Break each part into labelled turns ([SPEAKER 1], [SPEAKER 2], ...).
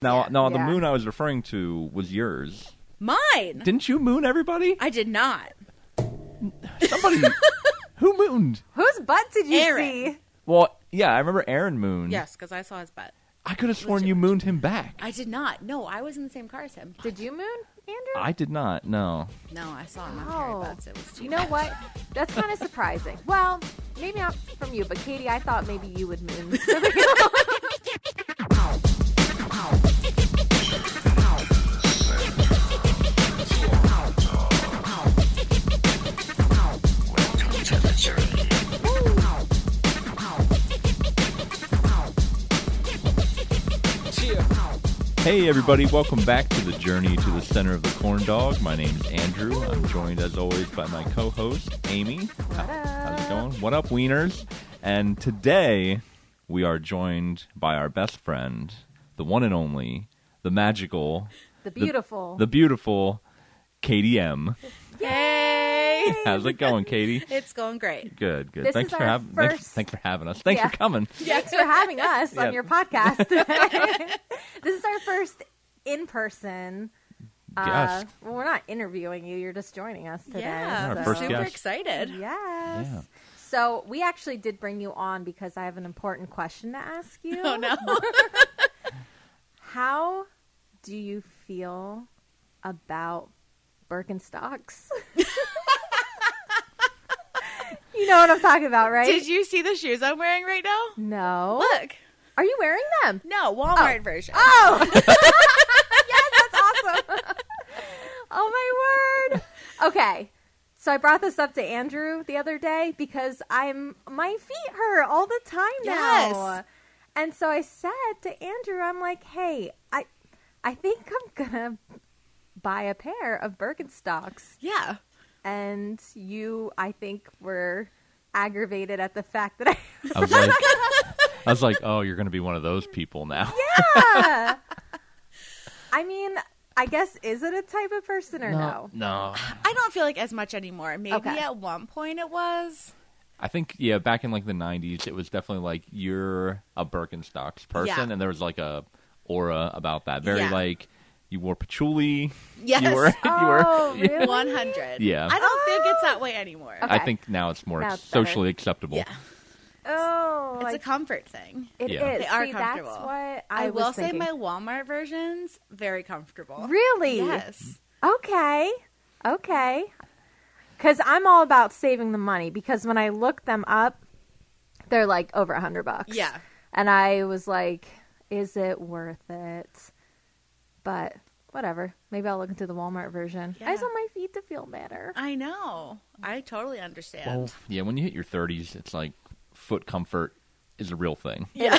[SPEAKER 1] Now,
[SPEAKER 2] Yeah.
[SPEAKER 1] now the
[SPEAKER 2] Yeah.
[SPEAKER 1] moon I was referring to was yours.
[SPEAKER 3] Mine.
[SPEAKER 1] Didn't you moon everybody?
[SPEAKER 3] I did not.
[SPEAKER 1] Mm. Somebody who mooned?
[SPEAKER 2] Whose butt did you
[SPEAKER 3] Aaron.
[SPEAKER 2] see?
[SPEAKER 1] Well, yeah, I remember Aaron mooned.
[SPEAKER 3] Yes, because I saw his butt.
[SPEAKER 1] I could have sworn you mooned him back.
[SPEAKER 3] I did not. No, I was in the same car as him.
[SPEAKER 2] Did you moon, Andrew?
[SPEAKER 1] I did not. No.
[SPEAKER 3] No, I saw him on
[SPEAKER 2] Oh.
[SPEAKER 3] Harry Butts. It was
[SPEAKER 2] You know what? That's kind of surprising. Well, maybe not from you, but Katie, I thought maybe you would moon.
[SPEAKER 1] Hey, everybody, welcome back to the journey to the center of the corn dog. My name's Andrew. I'm joined, as always, by my co host, Amy. How- How's it going? What up, Wieners? And today, we are joined by our best friend, the one and only, the magical,
[SPEAKER 2] the beautiful.
[SPEAKER 1] the beautiful Katie M.
[SPEAKER 3] Yay!
[SPEAKER 1] How's it going, Katie?
[SPEAKER 3] It's going great.
[SPEAKER 1] Good, good.
[SPEAKER 2] This
[SPEAKER 1] thanks
[SPEAKER 2] is
[SPEAKER 1] for
[SPEAKER 2] our
[SPEAKER 1] having thanks,
[SPEAKER 2] first-
[SPEAKER 1] thanks for having us. Thanks
[SPEAKER 2] Yeah.
[SPEAKER 1] for coming.
[SPEAKER 2] Thanks for having us
[SPEAKER 1] Yeah.
[SPEAKER 2] on your podcast. this is our first in person.
[SPEAKER 1] Guest.
[SPEAKER 2] well, we're not interviewing you. You're just joining us today.
[SPEAKER 3] Yeah,
[SPEAKER 1] Our
[SPEAKER 3] I'm
[SPEAKER 2] so-
[SPEAKER 1] first
[SPEAKER 3] super
[SPEAKER 1] guest.
[SPEAKER 3] excited.
[SPEAKER 2] Yes.
[SPEAKER 1] Yeah.
[SPEAKER 2] So we actually did bring you on because I have an important question to ask you.
[SPEAKER 3] Oh no!
[SPEAKER 2] How do you feel about Birkenstocks? you know what I'm talking about, right?
[SPEAKER 3] Did you see the shoes I'm wearing right now?
[SPEAKER 2] No.
[SPEAKER 3] Look.
[SPEAKER 2] Are you wearing them?
[SPEAKER 3] No, Walmart version.
[SPEAKER 2] Oh! yes, that's awesome. oh my word. Okay. So I brought this up to Andrew the other day because I'm my feet hurt all the time now.
[SPEAKER 3] Yes.
[SPEAKER 2] And so I said to Andrew, I'm like, "Hey, I I think I'm going to buy a pair of Birkenstocks."
[SPEAKER 3] Yeah.
[SPEAKER 2] And you, I think, were aggravated at the fact that I
[SPEAKER 1] I was like, I was like, oh, you're going to be one of those people now.
[SPEAKER 2] Yeah. I mean, I guess is it a type of person or no?
[SPEAKER 1] no.
[SPEAKER 3] I don't feel like as much anymore. Maybe
[SPEAKER 2] Okay.
[SPEAKER 3] at one point it was.
[SPEAKER 1] I think yeah, back in like the '90s, it was definitely like you're a Birkenstocks person,
[SPEAKER 3] Yeah.
[SPEAKER 1] and there was like a aura about that. Very
[SPEAKER 3] Yeah.
[SPEAKER 1] like you wore patchouli.
[SPEAKER 3] Yes.
[SPEAKER 1] You were. you were.
[SPEAKER 2] Oh, really?
[SPEAKER 3] One hundred.
[SPEAKER 1] Yeah.
[SPEAKER 3] I don't think it's that way anymore.
[SPEAKER 2] Okay.
[SPEAKER 1] I think now it's more
[SPEAKER 2] Now
[SPEAKER 1] ex-
[SPEAKER 2] it's better.
[SPEAKER 1] socially acceptable.
[SPEAKER 3] Yeah.
[SPEAKER 2] Oh,
[SPEAKER 3] It's a
[SPEAKER 2] like,
[SPEAKER 3] comfort thing.
[SPEAKER 2] it
[SPEAKER 1] Yeah.
[SPEAKER 2] is.
[SPEAKER 3] They are
[SPEAKER 2] See,
[SPEAKER 3] comfortable.
[SPEAKER 2] That's what I,
[SPEAKER 3] I,
[SPEAKER 2] was
[SPEAKER 3] will say
[SPEAKER 2] thinking.
[SPEAKER 3] my Walmart versions very comfortable.
[SPEAKER 2] really
[SPEAKER 3] Yes.
[SPEAKER 2] okay, okay. Because I'm all about saving the money. Because when I look them up, they're like over a hundred bucks.
[SPEAKER 3] Yeah.
[SPEAKER 2] and I was like, is it worth it? But whatever. Maybe I'll look into the Walmart version. I just
[SPEAKER 3] Yeah.
[SPEAKER 2] want my feet to feel better.
[SPEAKER 3] I know. I totally understand.
[SPEAKER 1] Well, Oh, yeah. When you hit your 30s, it's like foot comfort is a real thing.
[SPEAKER 3] yeah.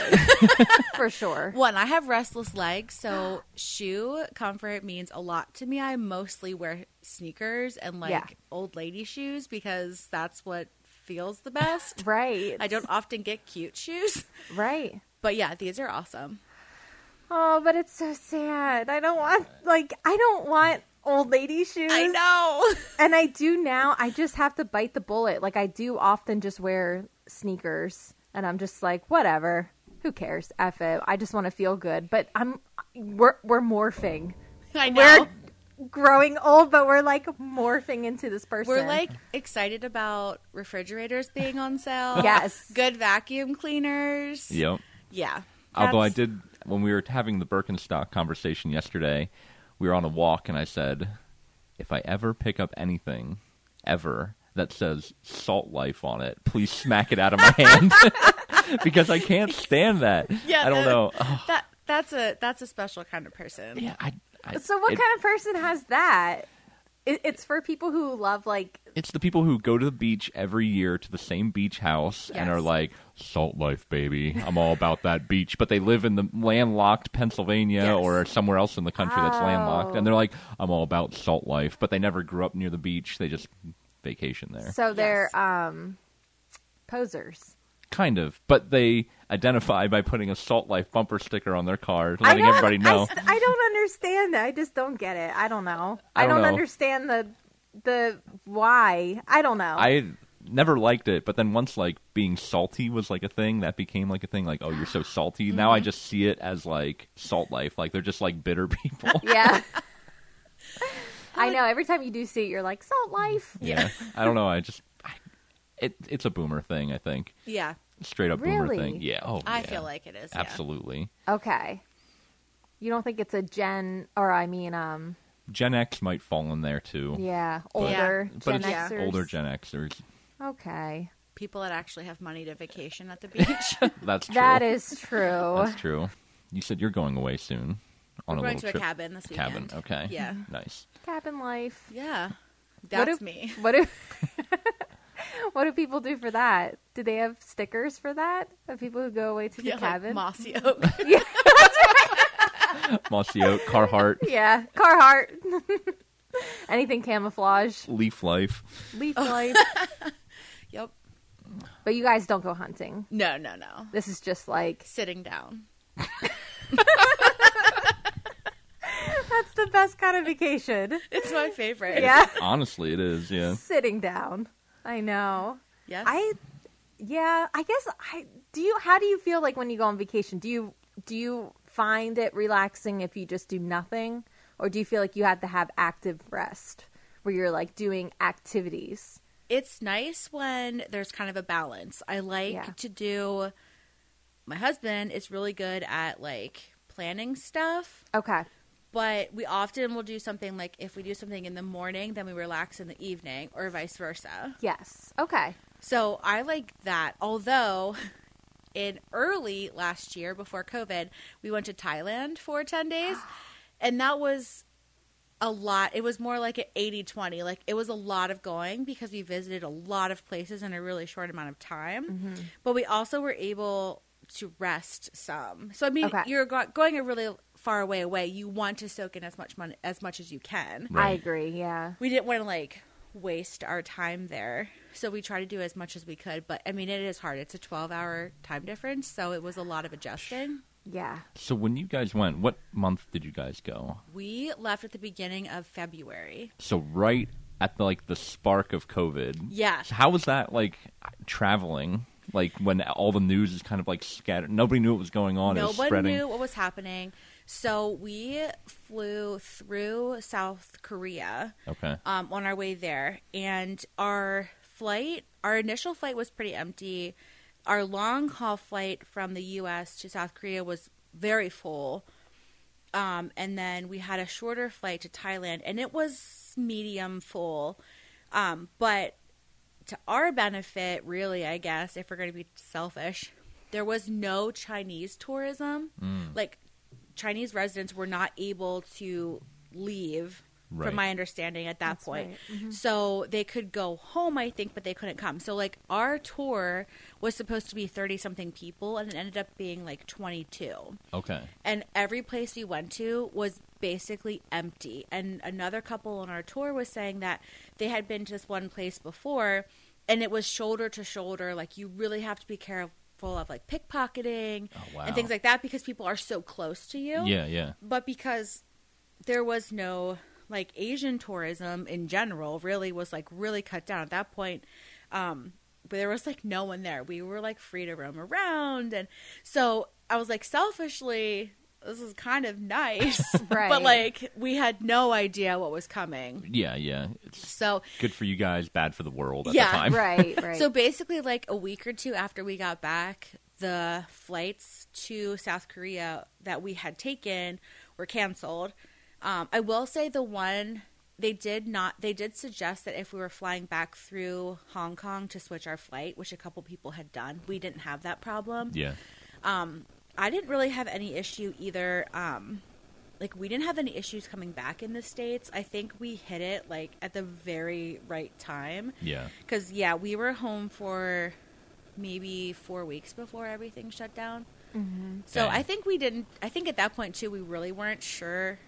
[SPEAKER 2] For sure.
[SPEAKER 3] One, I have restless legs, so shoe comfort means a lot to me. I mostly wear sneakers and like
[SPEAKER 2] Yeah.
[SPEAKER 3] old lady shoes because that's what feels the best.
[SPEAKER 2] Right.
[SPEAKER 3] I don't often get cute shoes,
[SPEAKER 2] Right.
[SPEAKER 3] but yeah, these are awesome.
[SPEAKER 2] Oh, but it's so sad. I don't want like I don't want old lady shoes.
[SPEAKER 3] I know.
[SPEAKER 2] And I do now. I just have to bite the bullet. Like I do often just wear sneakers and I'm just like, whatever. Who cares? F it. I just want to feel good. But I'm we're we're morphing.
[SPEAKER 3] I know.
[SPEAKER 2] We're growing old, but we're like morphing into this person.
[SPEAKER 3] We're like excited about refrigerators being on sale.
[SPEAKER 2] Yes.
[SPEAKER 3] Good vacuum cleaners.
[SPEAKER 1] Yep.
[SPEAKER 3] Yeah.
[SPEAKER 1] Although I
[SPEAKER 2] That's-
[SPEAKER 1] did when we were having the Birkenstock conversation yesterday, we were on a walk and I said, "If I ever pick up anything ever that says Salt Life on it, please smack it out of my hand." because I can't stand that.
[SPEAKER 3] Yeah,
[SPEAKER 1] I don't
[SPEAKER 3] that-
[SPEAKER 1] know. Ugh,
[SPEAKER 3] That that's a that's a special kind of person.
[SPEAKER 1] yeah, I, I,
[SPEAKER 2] So what
[SPEAKER 1] it-
[SPEAKER 2] kind of person has that? It, it's for people who love like
[SPEAKER 1] It's the people who go to the beach every year to the same beach house and
[SPEAKER 3] Yes.
[SPEAKER 1] are like, "Salt Life, baby, I'm all about that beach." But they live in the landlocked Pennsylvania
[SPEAKER 3] Yes.
[SPEAKER 1] or somewhere else in the country that's landlocked, and
[SPEAKER 2] Oh.
[SPEAKER 1] they're like, "I'm all about Salt Life," but they never grew up near the beach. They just vacation there,
[SPEAKER 2] so they're
[SPEAKER 3] Yes.
[SPEAKER 2] um posers.
[SPEAKER 1] kind of. But they identify by putting a Salt Life bumper sticker on their car, letting
[SPEAKER 2] don't-
[SPEAKER 1] everybody know.
[SPEAKER 2] st- I don't understand that. I just don't get it. I don't know.
[SPEAKER 1] I
[SPEAKER 2] I
[SPEAKER 1] don't
[SPEAKER 2] don't,
[SPEAKER 1] know.
[SPEAKER 2] understand the the why. I don't know.
[SPEAKER 1] I never liked it, but then once like being salty was like a thing, that became like a thing. Like, oh, you're so salty. Now
[SPEAKER 3] Mm-hmm.
[SPEAKER 1] I just see it as like salt life. Like they're just like bitter people.
[SPEAKER 2] Yeah. I know. Every time you do see it, you're like, salt life.
[SPEAKER 1] yeah. I don't know. I just I, it it's a boomer thing. I think
[SPEAKER 3] Yeah,
[SPEAKER 1] straight up boomer
[SPEAKER 2] Really?
[SPEAKER 1] thing. Yeah. Oh,
[SPEAKER 3] I
[SPEAKER 1] yeah.
[SPEAKER 3] feel like it is. yeah.
[SPEAKER 1] absolutely.
[SPEAKER 2] Okay. You don't think it's a Gen, or I mean, um,
[SPEAKER 1] Gen X might fall in there too.
[SPEAKER 2] yeah,
[SPEAKER 1] But-
[SPEAKER 2] older
[SPEAKER 1] But
[SPEAKER 2] Gen
[SPEAKER 1] it's
[SPEAKER 2] Xers.
[SPEAKER 1] older Gen Xers.
[SPEAKER 2] Okay.
[SPEAKER 3] People that actually have money to vacation at the beach.
[SPEAKER 1] That's true.
[SPEAKER 2] That is true.
[SPEAKER 1] That's true. You said you're going away soon
[SPEAKER 3] We're
[SPEAKER 1] on a
[SPEAKER 3] going
[SPEAKER 1] little
[SPEAKER 3] to a
[SPEAKER 1] trip.
[SPEAKER 3] cabin this
[SPEAKER 1] Cabin,
[SPEAKER 3] weekend.
[SPEAKER 1] okay.
[SPEAKER 3] Yeah.
[SPEAKER 1] Nice.
[SPEAKER 2] Cabin life.
[SPEAKER 3] Yeah, that's
[SPEAKER 2] if-
[SPEAKER 3] me.
[SPEAKER 2] What do What do people do for that? Do they have stickers for that? Of people who go away to the
[SPEAKER 3] Yeah, like
[SPEAKER 2] cabin?
[SPEAKER 3] mossy oak.
[SPEAKER 1] Mossy Oak, Carhartt,
[SPEAKER 2] yeah, Carhartt. Anything camouflage,
[SPEAKER 1] Leaf Life.
[SPEAKER 2] leaf life.
[SPEAKER 3] yep.
[SPEAKER 2] but you guys don't go hunting.
[SPEAKER 3] No, no, no.
[SPEAKER 2] This is just like
[SPEAKER 3] Sitting down.
[SPEAKER 2] that's the best kind of vacation.
[SPEAKER 3] It's my favorite.
[SPEAKER 2] Yeah,
[SPEAKER 1] Honestly, it is. Yeah.
[SPEAKER 2] sitting down. I know.
[SPEAKER 3] Yes.
[SPEAKER 2] I yeah, I guess I do you how do you feel like when you go on vacation? Do you do you find it relaxing if you just do nothing or do you feel like you have to have active rest where you're like doing activities?
[SPEAKER 3] it's nice when there's kind of a balance. I like
[SPEAKER 2] Yeah.
[SPEAKER 3] to do. My husband is really good at like planning stuff,
[SPEAKER 2] Okay.
[SPEAKER 3] but we often will do something like if we do something in the morning, then we relax in the evening, or vice versa.
[SPEAKER 2] Yes. Okay.
[SPEAKER 3] So I like that. Although, in early last year before COVID, we went to Thailand for 10 days, and that was a lot. It was more like an 80 20. Like, it was a lot of going because we visited a lot of places in a really short amount of time. But we also were able to rest some. So, I mean,
[SPEAKER 2] Okay.
[SPEAKER 3] you're go- going a really far away away. You want to soak in as much money as much as you can
[SPEAKER 2] I
[SPEAKER 1] Right.
[SPEAKER 2] agree. Yeah.
[SPEAKER 3] we didn't want to like waste our time there so we tried to do as much as we could but i mean it is hard it's a 12 hour time difference so it was a lot of adjusting
[SPEAKER 2] Yeah.
[SPEAKER 1] So when you guys went, what month did you guys go?
[SPEAKER 3] we left at the beginning of february
[SPEAKER 1] So right at the, like the spark of COVID.
[SPEAKER 3] Yeah.
[SPEAKER 1] So how was that like traveling? Like when all the news is kind of like scattered. Nobody knew what was going on. it
[SPEAKER 3] no
[SPEAKER 1] was
[SPEAKER 3] one
[SPEAKER 1] spreading.
[SPEAKER 3] knew what was happening so we flew through south korea
[SPEAKER 1] Okay.
[SPEAKER 3] um, on our way there, and our flight, our initial flight was pretty empty. Our long haul flight from the U.S. to South Korea was very full, um, and then we had a shorter flight to Thailand, and it was medium full. Um, but to our benefit, really, I guess, if we're going to be selfish, there was no Chinese tourism. Like Chinese residents were not able to leave,
[SPEAKER 1] Right.
[SPEAKER 3] from my understanding at that
[SPEAKER 2] That's
[SPEAKER 3] point.
[SPEAKER 2] right. Mm-hmm.
[SPEAKER 3] So they could go home, I think, but they couldn't come. So like our tour was supposed to be thirty something people, and it ended up being like twenty two
[SPEAKER 1] Okay.
[SPEAKER 3] and every place we went to was basically empty. And another couple on our tour was saying that they had been to this one place before and it was shoulder to shoulder. Like, you really have to be careful of like pickpocketing
[SPEAKER 1] Oh, wow.
[SPEAKER 3] and things like that because people are so close to you.
[SPEAKER 1] Yeah. Yeah.
[SPEAKER 3] But because there was no like Asian tourism in general, really was like really cut down at that point. Um, but there was like no one there. We were like free to roam around, and so I was like selfishly, this is kind of nice,
[SPEAKER 2] Right.
[SPEAKER 3] but like we had no idea what was coming.
[SPEAKER 1] Yeah. Yeah. It's
[SPEAKER 3] So
[SPEAKER 1] good for you guys, bad for the world at
[SPEAKER 3] Yeah,
[SPEAKER 1] the time.
[SPEAKER 2] Right, right.
[SPEAKER 3] So basically, like a week or two after we got back, the flights to South Korea that we had taken were canceled. Um, I will say the one they did not they did suggest that if we were flying back through Hong Kong to switch our flight, which a couple people had done, we didn't have that problem.
[SPEAKER 1] Yeah.
[SPEAKER 3] I didn't really have any issue either. Um, like we didn't have any issues coming back in the states. I think we hit it like at the very right time.
[SPEAKER 1] Yeah.
[SPEAKER 3] Because, yeah, we were home for maybe four weeks before everything shut down. So
[SPEAKER 1] Dang.
[SPEAKER 2] Mm-hmm.
[SPEAKER 3] I think we didn't, I think at that point, too, we really weren't sure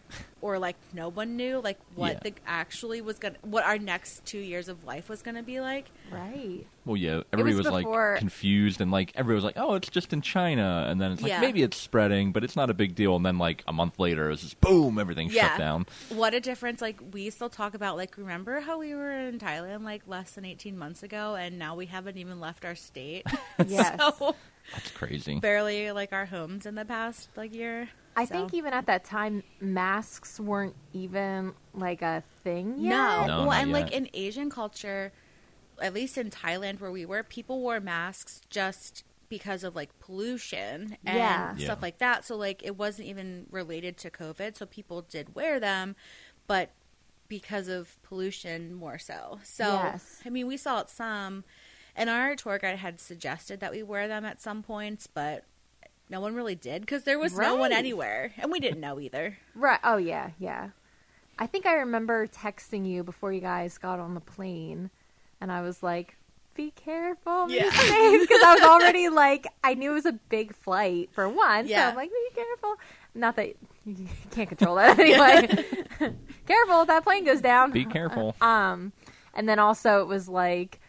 [SPEAKER 3] or like no one knew like what
[SPEAKER 1] Yeah.
[SPEAKER 3] the actually was gonna what our next two years of life was gonna be like
[SPEAKER 2] Right.
[SPEAKER 1] Well, yeah, everybody was,
[SPEAKER 2] was
[SPEAKER 1] like
[SPEAKER 2] before-
[SPEAKER 1] confused and like everybody was like, "Oh, it's just in China," and then it's like
[SPEAKER 3] Yeah.
[SPEAKER 1] maybe it's spreading, but it's not a big deal. And then like a month later, it was just boom, everything
[SPEAKER 3] Yeah.
[SPEAKER 1] shut down.
[SPEAKER 3] what a difference like we still talk about like remember how we were in thailand like less than 18 months ago and now we haven't even left our state
[SPEAKER 2] Yes.
[SPEAKER 3] so
[SPEAKER 1] That's crazy.
[SPEAKER 3] barely like our homes in the past like year
[SPEAKER 2] I
[SPEAKER 3] So-
[SPEAKER 2] think even at that time, masks weren't even like a thing yet.
[SPEAKER 3] No.
[SPEAKER 1] No,
[SPEAKER 3] well,
[SPEAKER 1] not
[SPEAKER 3] and like
[SPEAKER 1] yet.
[SPEAKER 3] in Asian culture, at least in Thailand where we were, people wore masks just because of like pollution and
[SPEAKER 2] Yeah.
[SPEAKER 1] Yeah.
[SPEAKER 3] stuff like that. So like it wasn't even related to COVID. So people did wear them, but because of pollution more so. So
[SPEAKER 2] Yes.
[SPEAKER 3] I mean, we saw it some, and our tour guide had suggested that we wear them at some points, but no one really did because there was no one
[SPEAKER 2] Right.
[SPEAKER 3] anywhere, and we didn't know either.
[SPEAKER 2] Right. Oh yeah, yeah. I think I remember texting you before you guys got on the plane, and I was like, "Be careful, be
[SPEAKER 3] Yeah.
[SPEAKER 2] because I was already like, I knew it was a big flight for one, so
[SPEAKER 3] Yeah.
[SPEAKER 2] I'm like, "Be careful." Not that you can't control that anyway. careful, that plane goes down.
[SPEAKER 1] Be careful.
[SPEAKER 2] Um, and then also it was like,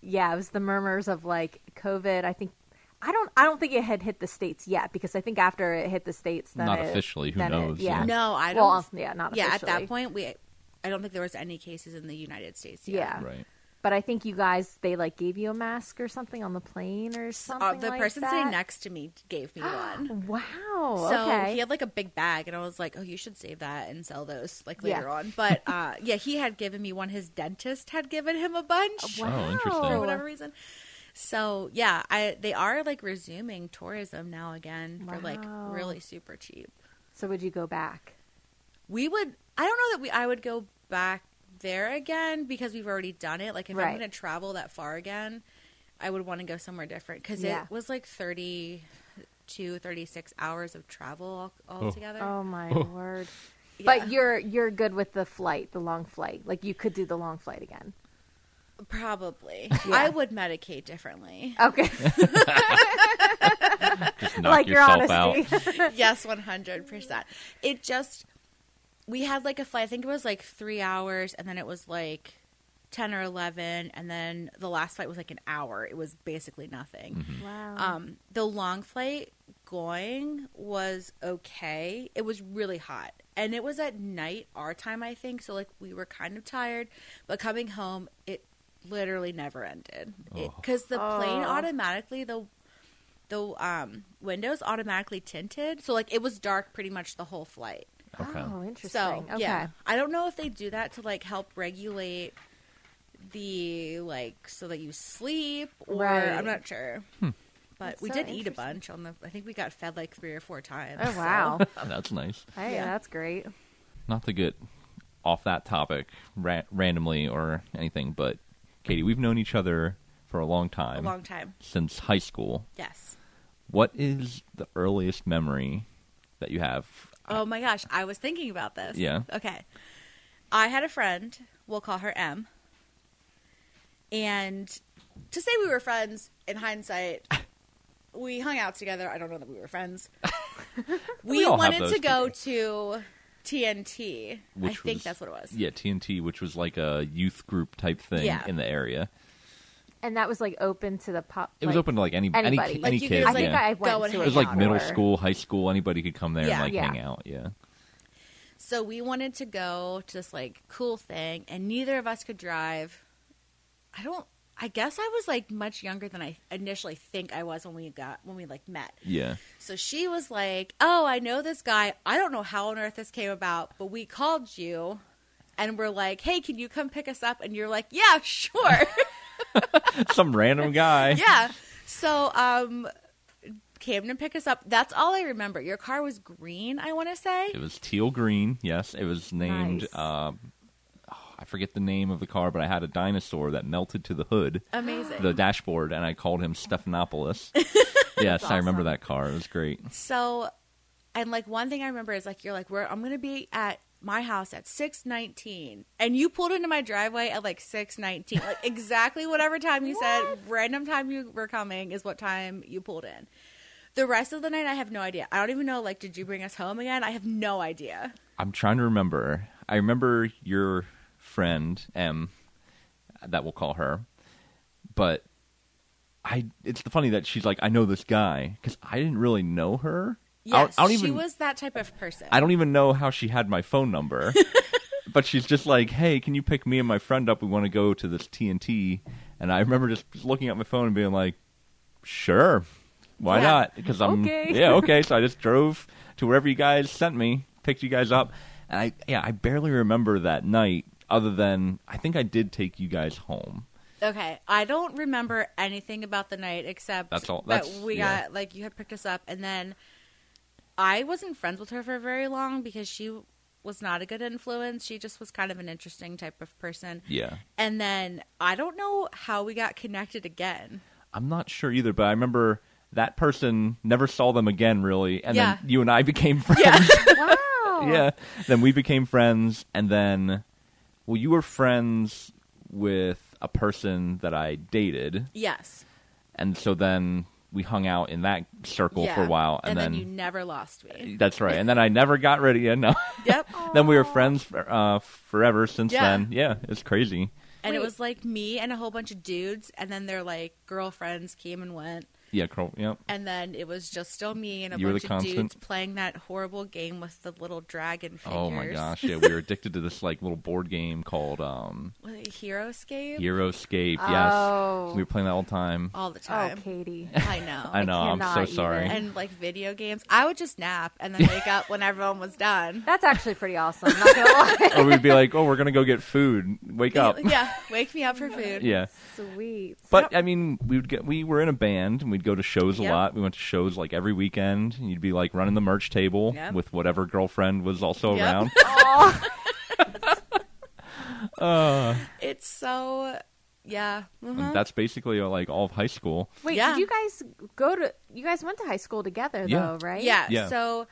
[SPEAKER 2] yeah, it was the murmurs of like COVID. I think I don't I don't think it had hit the states yet because I think after it hit the states, then
[SPEAKER 1] Not
[SPEAKER 2] it-
[SPEAKER 1] officially, who
[SPEAKER 2] then it-
[SPEAKER 1] knows,
[SPEAKER 2] yeah.
[SPEAKER 1] yeah.
[SPEAKER 3] No, I don't.
[SPEAKER 2] Well, uh, yeah, not
[SPEAKER 3] yeah at
[SPEAKER 2] officially.
[SPEAKER 3] that point we i don't think there was any cases in the united states yet.
[SPEAKER 2] Yeah.
[SPEAKER 1] right.
[SPEAKER 2] But I think you guys they like gave you a mask or something on the plane or something.
[SPEAKER 3] uh, the
[SPEAKER 2] like
[SPEAKER 3] person
[SPEAKER 2] that.
[SPEAKER 3] sitting next to me gave me one
[SPEAKER 2] Wow.
[SPEAKER 3] so
[SPEAKER 2] okay.
[SPEAKER 3] he had like a big bag and i was like oh you should save that and sell those like
[SPEAKER 2] Yeah.
[SPEAKER 3] later on but uh yeah he had given me one his dentist had given him a bunch
[SPEAKER 1] Oh, interesting.
[SPEAKER 3] for
[SPEAKER 1] Wow.
[SPEAKER 3] whatever reason so yeah i they are like resuming tourism now again for like
[SPEAKER 2] Wow.
[SPEAKER 3] really super cheap
[SPEAKER 2] So would you go back?
[SPEAKER 3] we would i don't know that we i would go back there again because we've already done it like if i'm
[SPEAKER 2] Right.
[SPEAKER 3] going to travel that far again i would want to go somewhere different because
[SPEAKER 2] Yeah.
[SPEAKER 3] it was like 32 36 hours of travel all,
[SPEAKER 1] Oh.
[SPEAKER 3] all together
[SPEAKER 2] Oh my
[SPEAKER 1] Oh.
[SPEAKER 2] word.
[SPEAKER 3] Yeah.
[SPEAKER 2] But you're you're good with the flight, the long flight. Like you could do the long flight again.
[SPEAKER 3] probably
[SPEAKER 2] Yeah.
[SPEAKER 3] i would medicate differently
[SPEAKER 2] Okay.
[SPEAKER 1] Just knock
[SPEAKER 2] like your
[SPEAKER 1] yourself
[SPEAKER 2] honesty.
[SPEAKER 1] out.
[SPEAKER 3] yes 100% it just we had like a flight i think it was like three hours and then it was like 10 or 11 and then the last flight was like an hour it was basically nothing
[SPEAKER 1] Mm-hmm.
[SPEAKER 2] wow.
[SPEAKER 3] Um, the long flight going was okay. It was really hot, and it was at night our time, I think. So like we were kind of tired, but coming home, it literally never ended
[SPEAKER 1] Oh.
[SPEAKER 3] because the plane
[SPEAKER 2] Oh.
[SPEAKER 3] automatically the the um windows automatically tinted. So like it was dark pretty much the whole flight.
[SPEAKER 1] Okay.
[SPEAKER 2] Oh, interesting.
[SPEAKER 3] So
[SPEAKER 2] okay.
[SPEAKER 3] yeah, I don't know if they do that to like help regulate the like so that you sleep or
[SPEAKER 2] Right.
[SPEAKER 3] I'm not sure. But
[SPEAKER 2] That's
[SPEAKER 3] we
[SPEAKER 2] so
[SPEAKER 3] did eat a
[SPEAKER 2] interesting.
[SPEAKER 3] bunch on the. I think we got fed like three or four times.
[SPEAKER 2] Oh
[SPEAKER 3] so-
[SPEAKER 2] wow.
[SPEAKER 1] Oh, that's nice.
[SPEAKER 2] Hey,
[SPEAKER 3] Yeah.
[SPEAKER 2] that's great.
[SPEAKER 1] Not to get off that topic ra- randomly or anything, but Katie, we've known each other for a long
[SPEAKER 3] a
[SPEAKER 1] time
[SPEAKER 3] long time.
[SPEAKER 1] since high school.
[SPEAKER 3] Yes.
[SPEAKER 1] What is the earliest memory that you have?
[SPEAKER 3] Oh my gosh, I was thinking about this.
[SPEAKER 1] Yeah.
[SPEAKER 3] Okay. I had a friend. We'll call her M. And to say we were friends in hindsight, we hung out together. I don't know that we were friends. we,
[SPEAKER 1] We all have
[SPEAKER 3] wanted
[SPEAKER 1] those
[SPEAKER 3] to go to TNT. I think
[SPEAKER 1] was-
[SPEAKER 3] that's what it was.
[SPEAKER 1] Yeah, TNT, which was like a youth group type thing
[SPEAKER 3] Yeah.
[SPEAKER 1] in the area.
[SPEAKER 2] And that was like open to the pop.
[SPEAKER 1] It was
[SPEAKER 2] like-
[SPEAKER 1] open to like any any,
[SPEAKER 2] anybody.
[SPEAKER 1] any
[SPEAKER 3] Like, you could
[SPEAKER 1] kid.
[SPEAKER 3] just,
[SPEAKER 2] I think
[SPEAKER 1] yeah.
[SPEAKER 2] I went
[SPEAKER 3] Go and
[SPEAKER 2] to
[SPEAKER 1] it
[SPEAKER 3] hang
[SPEAKER 1] was like
[SPEAKER 2] not
[SPEAKER 1] middle
[SPEAKER 2] aware.
[SPEAKER 1] school, high school. Anybody could come there and
[SPEAKER 3] Yeah.
[SPEAKER 1] like
[SPEAKER 2] Yeah.
[SPEAKER 1] hang out. Yeah.
[SPEAKER 3] So we wanted to go to this like cool thing, and neither of us could drive. I don't. I guess I was like much younger than I initially think I was when we got when we like met.
[SPEAKER 1] Yeah.
[SPEAKER 3] So she was like, "Oh, I know this guy. I don't know how on earth this came about, but we called you, and we're like, hey, can you come pick us up?" And you're like, "Yeah, sure,
[SPEAKER 1] Some random guy.
[SPEAKER 3] yeah." So um, came to pick us up. That's all I remember. Your car was green, I want to say.
[SPEAKER 1] It was teal green. Yes, it was named.
[SPEAKER 2] Nice.
[SPEAKER 1] Um, oh, I forget the name of the car, but I had a dinosaur that melted to the hood,
[SPEAKER 3] Amazing.
[SPEAKER 1] the dashboard, and I called him Stephanopoulos. yes, I remember
[SPEAKER 2] awesome.
[SPEAKER 1] that car. It was great.
[SPEAKER 3] So, and like one thing I remember is like you're like, "Where I'm gonna be at my house at 6:19," and you pulled into my driveway at like 6:19, like exactly whatever time you said, random time you were coming is what time you pulled in. The rest of the night, I have no idea. I don't even know. Like, did you bring us home again? I have no idea.
[SPEAKER 1] I'm trying to remember. I remember your friend M, that we'll call her, but I. It's funny that she's like, I know this guy because I didn't really know her. I don't-
[SPEAKER 3] Yes,
[SPEAKER 1] I don't,
[SPEAKER 3] she
[SPEAKER 1] even.
[SPEAKER 3] was that type of person.
[SPEAKER 1] I don't even know how she had my phone number, but she's just like, "Hey, can you pick me and my friend up? We want to go to this TNT." And I remember just looking at my phone and being like, "Sure, why
[SPEAKER 3] Yeah.
[SPEAKER 1] not?" Because I'm
[SPEAKER 2] Okay.
[SPEAKER 1] yeah okay. So I just drove to wherever you guys sent me, picked you guys up, and I yeah I barely remember that night other than I think I did take you guys home.
[SPEAKER 3] Okay, I don't remember anything about the night except
[SPEAKER 1] That's all-
[SPEAKER 3] that
[SPEAKER 1] that's-
[SPEAKER 3] we
[SPEAKER 1] yeah.
[SPEAKER 3] got like you had picked us up, and then I wasn't friends with her for very long because she was not a good influence. She just was kind of an interesting type of person,
[SPEAKER 1] Yeah.
[SPEAKER 3] and then I don't know how we got connected again.
[SPEAKER 1] I'm not sure either, but I remember that person never saw them again really, and
[SPEAKER 3] Yeah.
[SPEAKER 1] then you and I became friends.
[SPEAKER 2] wow.
[SPEAKER 1] yeah. Then we became friends, and then, well, you were friends with a person that I dated,
[SPEAKER 3] Yes,
[SPEAKER 1] and so then we hung out in that circle
[SPEAKER 3] yeah.
[SPEAKER 1] for a while,
[SPEAKER 3] and,
[SPEAKER 1] and,
[SPEAKER 3] then, you never lost me.
[SPEAKER 1] that's right, and then I never got rid of you. No,
[SPEAKER 3] yep,
[SPEAKER 1] then we were friends for, uh, forever since
[SPEAKER 3] Yeah.
[SPEAKER 1] then. Yeah, it's crazy.
[SPEAKER 3] and it
[SPEAKER 2] Wait.
[SPEAKER 3] was like me and a whole bunch of dudes, and then their like girlfriends came and went.
[SPEAKER 1] Yeah, cool. Yep.
[SPEAKER 3] and then it was just still me and a
[SPEAKER 1] You were
[SPEAKER 3] bunch
[SPEAKER 1] the
[SPEAKER 3] of
[SPEAKER 1] constant?
[SPEAKER 3] dudes playing that horrible game with the little dragon figures.
[SPEAKER 1] Oh my gosh, yeah, we were addicted to this like little board game called um
[SPEAKER 3] Was it Heroescape?
[SPEAKER 1] Euroscape.
[SPEAKER 2] Oh.
[SPEAKER 1] Yes, we were playing that all the time.
[SPEAKER 3] All the
[SPEAKER 2] Oh,
[SPEAKER 3] time.
[SPEAKER 2] Katie.
[SPEAKER 3] I know.
[SPEAKER 1] I know. I'm so
[SPEAKER 2] cannot
[SPEAKER 1] sorry.
[SPEAKER 2] even.
[SPEAKER 3] And like video games, I would just nap and then wake up when everyone was done.
[SPEAKER 2] That's actually pretty awesome. Not gonna lie.
[SPEAKER 1] or we'd be like, "Oh, we're gonna go get food. Wake up."
[SPEAKER 3] Yeah, wake me up for food.
[SPEAKER 1] yeah.
[SPEAKER 2] Sweet.
[SPEAKER 1] But I mean, we would get we were in a band and we'd go to shows a
[SPEAKER 3] Yep.
[SPEAKER 1] lot. We went to shows like every weekend. And you'd be like running the merch table
[SPEAKER 3] Yep.
[SPEAKER 1] with whatever girlfriend was also
[SPEAKER 3] Yep.
[SPEAKER 1] around.
[SPEAKER 2] Aw.
[SPEAKER 1] Uh,
[SPEAKER 3] It's so yeah.
[SPEAKER 1] and
[SPEAKER 3] mhm.
[SPEAKER 1] that's basically uh, like all of high school.
[SPEAKER 2] Wait,
[SPEAKER 3] Yeah.
[SPEAKER 2] did you guys go to? You guys went to high school together,
[SPEAKER 1] Yeah.
[SPEAKER 2] though, right?
[SPEAKER 3] Yeah,
[SPEAKER 1] Yeah.
[SPEAKER 3] So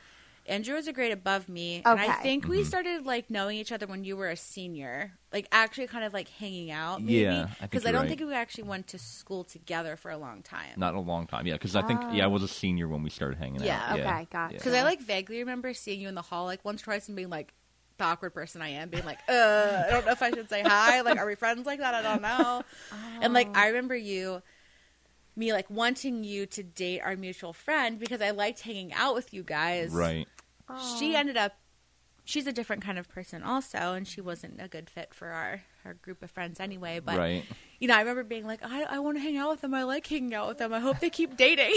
[SPEAKER 3] Andrew was a grade above me, and I
[SPEAKER 2] Okay.
[SPEAKER 3] think
[SPEAKER 1] Mm-hmm.
[SPEAKER 3] we started like knowing each other when you were a senior, like actually kind of like hanging out. Maybe.
[SPEAKER 1] Yeah, I think
[SPEAKER 3] because I
[SPEAKER 1] you're
[SPEAKER 3] don't
[SPEAKER 1] right.
[SPEAKER 3] think we actually went to school together for a long time.
[SPEAKER 1] Not a long time, yeah. Because I think yeah, I was a senior when we started hanging
[SPEAKER 3] Ah. Yeah.
[SPEAKER 1] out.
[SPEAKER 2] Okay, gotcha.
[SPEAKER 3] Because I like vaguely remember seeing you in the hall like once, twice, and being like the awkward person I am, being like, uh, I don't know if I should say hi. Like, are we friends like that? I don't know. And like, I remember you, me like wanting you to date our mutual friend because I liked hanging out with you guys.
[SPEAKER 1] right.
[SPEAKER 3] She
[SPEAKER 2] Aw.
[SPEAKER 3] ended up, she's a different kind of person also, and she wasn't a good fit for our our group of friends anyway. But
[SPEAKER 1] right.
[SPEAKER 3] you know, I remember being like, I, I want to hang out with them. I like hanging out with them. I hope they keep dating.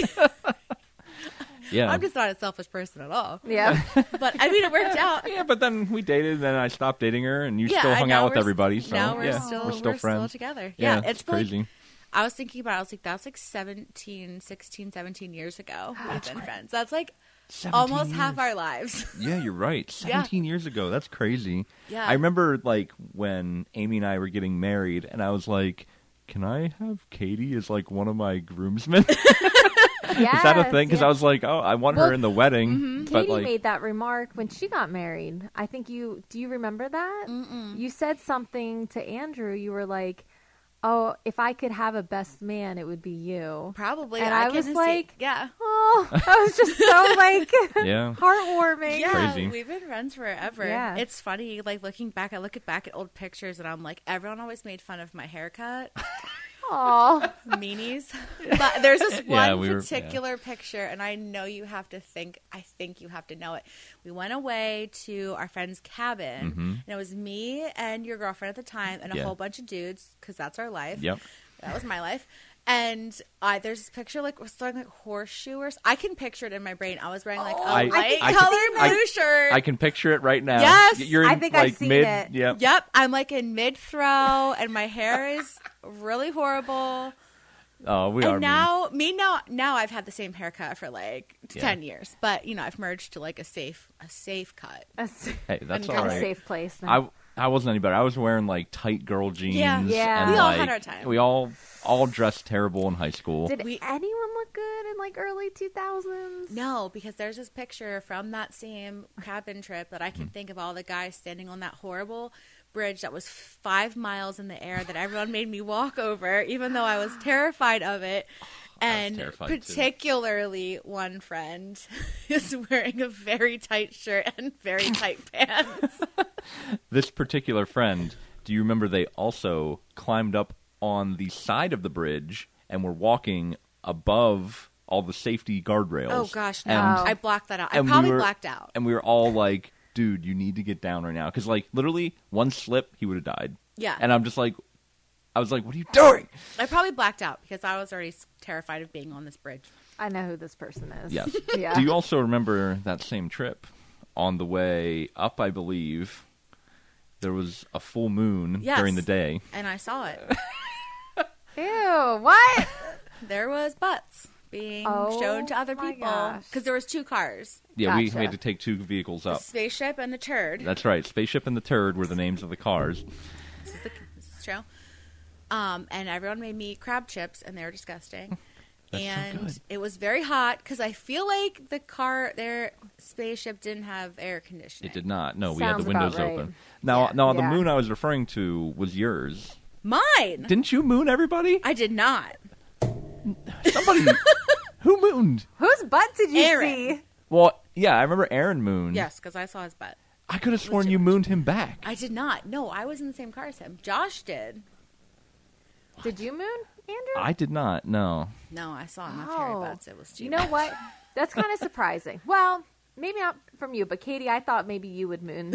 [SPEAKER 1] Yeah.
[SPEAKER 3] I'm just not a selfish person at all.
[SPEAKER 2] Yeah.
[SPEAKER 3] But I mean, it worked out.
[SPEAKER 1] yeah, but then we dated, and then I stopped dating her, and you
[SPEAKER 3] Yeah,
[SPEAKER 1] still
[SPEAKER 3] and
[SPEAKER 1] hung
[SPEAKER 3] now
[SPEAKER 1] out with
[SPEAKER 3] we're s-
[SPEAKER 1] everybody. So
[SPEAKER 3] now we're
[SPEAKER 1] yeah,
[SPEAKER 3] still
[SPEAKER 1] we're still friends.
[SPEAKER 3] together. Yeah, it's,
[SPEAKER 1] it's crazy.
[SPEAKER 3] Like, I was thinking about. It, I was like, that's like 17, 16, 17 years ago. We've been friends. That's like
[SPEAKER 1] 17
[SPEAKER 3] almost half
[SPEAKER 1] years.
[SPEAKER 3] our lives.
[SPEAKER 1] Yeah, you're right.
[SPEAKER 3] Yeah.
[SPEAKER 1] 17 years ago. That's crazy.
[SPEAKER 3] Yeah.
[SPEAKER 1] I remember like when Amy and I were getting married and I was like, "Can I have Katie as like one of my groomsmen?" Is that a thing? Cuz I was like, "Oh, I want
[SPEAKER 2] Well, mm-hmm.
[SPEAKER 1] her in the wedding." But
[SPEAKER 2] Katie
[SPEAKER 1] like
[SPEAKER 2] made that remark when she got married. I think you do you remember that? You said something to Andrew. You were like, "Oh, if I could have a best man, it would be you."
[SPEAKER 3] Probably.
[SPEAKER 2] And I
[SPEAKER 3] can
[SPEAKER 2] was
[SPEAKER 3] see-
[SPEAKER 2] like-
[SPEAKER 3] yeah,
[SPEAKER 2] Oh, that was just so like
[SPEAKER 1] Yeah.
[SPEAKER 2] heartwarming.
[SPEAKER 3] yeah.
[SPEAKER 1] Crazy.
[SPEAKER 3] We've been friends forever.
[SPEAKER 2] Yeah.
[SPEAKER 3] It's funny. Like looking back, I look at back at old pictures, and I'm like, everyone always made fun of my haircut.
[SPEAKER 2] Aw.
[SPEAKER 3] meanies. But there's this one
[SPEAKER 1] Yeah, we were-
[SPEAKER 3] particular picture, and I know you have to think. I think you have to know it. We went away to our friend's cabin, and it was me and your girlfriend at the time, and a
[SPEAKER 1] Mm-hmm. Yeah.
[SPEAKER 3] whole bunch of dudes, because that's our life.
[SPEAKER 1] Yep.
[SPEAKER 3] That was my life. And I, there's this picture like was wearing like horseshoers. I can picture it in my brain. I was wearing like a
[SPEAKER 1] Oh, I- I
[SPEAKER 3] light
[SPEAKER 1] think I've
[SPEAKER 3] colored
[SPEAKER 1] seen that.
[SPEAKER 3] blue shirt.
[SPEAKER 1] I can picture it right now.
[SPEAKER 3] Yes!
[SPEAKER 1] Y- You're in
[SPEAKER 2] I think I've
[SPEAKER 1] like
[SPEAKER 2] seen
[SPEAKER 1] mid
[SPEAKER 2] it.
[SPEAKER 1] Yep.
[SPEAKER 3] Yep, I'm like in mid throw, and my hair is really horrible.
[SPEAKER 1] Oh, we are
[SPEAKER 3] and
[SPEAKER 1] mean.
[SPEAKER 3] now me now now I've had the same haircut for like
[SPEAKER 1] Yeah.
[SPEAKER 3] ten years, but you know I've merged to like a safe a safe cut.
[SPEAKER 2] A s-
[SPEAKER 1] Hey, that's
[SPEAKER 3] I'm
[SPEAKER 1] all
[SPEAKER 2] a
[SPEAKER 1] right.
[SPEAKER 2] safe place. now.
[SPEAKER 1] I I wasn't any better. I was wearing like tight girl jeans
[SPEAKER 3] Yeah.
[SPEAKER 2] Yeah.
[SPEAKER 1] and
[SPEAKER 2] We
[SPEAKER 3] all had
[SPEAKER 1] like,
[SPEAKER 3] our time.
[SPEAKER 1] We all all dressed terrible in high school.
[SPEAKER 2] Did
[SPEAKER 3] we-
[SPEAKER 2] anyone look good in like early 2000s?
[SPEAKER 3] No, because there's this picture from that same cabin trip that I
[SPEAKER 1] Mm-hmm.
[SPEAKER 3] can think of all the guys standing on that horrible bridge that was five miles in the air that everyone made me walk over, even though I was terrified of it. and
[SPEAKER 1] terrified, too.
[SPEAKER 3] particularly one friend is wearing a very tight shirt and very tight pants.
[SPEAKER 1] This particular friend, do you remember they also climbed up on the side of the bridge and were walking above all the safety guardrails?
[SPEAKER 3] Oh gosh, no!
[SPEAKER 1] And-
[SPEAKER 3] I blocked that out. I
[SPEAKER 1] and we
[SPEAKER 3] probably
[SPEAKER 1] were-
[SPEAKER 3] blacked out.
[SPEAKER 1] And we were all like, dude, you need to get down right now. Because, like, literally, one slip, he would have died.
[SPEAKER 3] Yeah.
[SPEAKER 1] And I'm just like, I was like, what are you doing?
[SPEAKER 3] I probably blacked out because I was already s- terrified of being on this bridge.
[SPEAKER 2] I know who this person is.
[SPEAKER 1] Yes.
[SPEAKER 2] Yeah.
[SPEAKER 1] Do you also remember that same trip on the way up, I believe? There was a full moon
[SPEAKER 3] Yes.
[SPEAKER 1] during the day.
[SPEAKER 3] And I saw it.
[SPEAKER 2] Ew. What?
[SPEAKER 3] there was butts being
[SPEAKER 2] Oh,
[SPEAKER 3] shown to other
[SPEAKER 2] my
[SPEAKER 3] people
[SPEAKER 2] gosh.
[SPEAKER 3] because there was two cars,
[SPEAKER 1] Yeah, we
[SPEAKER 2] Gotcha.
[SPEAKER 1] had to take two vehicles
[SPEAKER 3] the
[SPEAKER 1] up.
[SPEAKER 3] spaceship and the turd.
[SPEAKER 1] That's right. Spaceship and the Turd were the names of the cars.
[SPEAKER 3] This is the this is true. Um, and everyone made me crab chips, and they were disgusting.
[SPEAKER 1] That's so
[SPEAKER 3] and
[SPEAKER 1] good.
[SPEAKER 3] it was very hot because I feel like the car, their spaceship, didn't have air conditioning.
[SPEAKER 1] It did not. No, we had the
[SPEAKER 2] Sounds about
[SPEAKER 1] windows
[SPEAKER 2] right.
[SPEAKER 1] open. Now,
[SPEAKER 3] Yeah.
[SPEAKER 1] now the
[SPEAKER 2] Yeah.
[SPEAKER 1] moon I was referring to was yours.
[SPEAKER 3] Mine.
[SPEAKER 1] Didn't you moon everybody?
[SPEAKER 3] I did not.
[SPEAKER 1] Somebody who mooned?
[SPEAKER 2] Whose butt did you
[SPEAKER 3] Aaron.
[SPEAKER 2] see?
[SPEAKER 1] Well, yeah, I remember Aaron mooned.
[SPEAKER 3] Yes, because I saw his butt.
[SPEAKER 1] I could have sworn
[SPEAKER 3] too
[SPEAKER 1] you mooned him back.
[SPEAKER 3] I did not. No, I was in the same car as him. Josh did.
[SPEAKER 2] Did you moon, Andrew?
[SPEAKER 1] I did not. No.
[SPEAKER 3] No, I saw enough hairy
[SPEAKER 2] Wow.
[SPEAKER 3] butts. It was too
[SPEAKER 2] You know what? That's kind of surprising. Well, maybe not from you, but Katie, I thought maybe you would moon.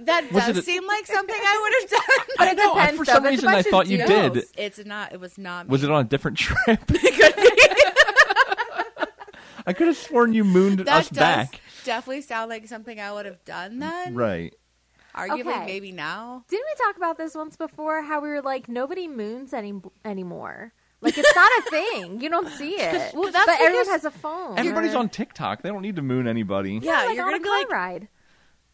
[SPEAKER 3] That
[SPEAKER 1] Was
[SPEAKER 3] does
[SPEAKER 1] it a-
[SPEAKER 3] seem like something I would have done.
[SPEAKER 2] But it
[SPEAKER 1] know, I-
[SPEAKER 2] depends.
[SPEAKER 1] for
[SPEAKER 2] though.
[SPEAKER 1] some
[SPEAKER 2] There's a
[SPEAKER 1] reason I
[SPEAKER 2] bunch of
[SPEAKER 1] thought you
[SPEAKER 2] dudes.
[SPEAKER 1] did.
[SPEAKER 3] No, It's not. It was not. Me.
[SPEAKER 1] Was it on a different trip? I could have sworn you mooned
[SPEAKER 3] that
[SPEAKER 1] us
[SPEAKER 3] does
[SPEAKER 1] back.
[SPEAKER 3] definitely sound like something I would have done then.
[SPEAKER 1] Right.
[SPEAKER 3] Arguably,
[SPEAKER 2] Okay.
[SPEAKER 3] maybe now.
[SPEAKER 2] Didn't we talk about this once before? How we were like, nobody moons any anymore. Like it's not a thing. You don't see it.
[SPEAKER 3] well, that's
[SPEAKER 2] but everyone
[SPEAKER 3] because
[SPEAKER 2] has a phone.
[SPEAKER 1] Everybody's
[SPEAKER 2] or-
[SPEAKER 1] on TikTok. They don't need to moon anybody.
[SPEAKER 3] Yeah,
[SPEAKER 2] like
[SPEAKER 3] you're
[SPEAKER 2] on
[SPEAKER 3] gonna
[SPEAKER 2] a
[SPEAKER 3] be
[SPEAKER 2] car
[SPEAKER 3] like,
[SPEAKER 2] ride.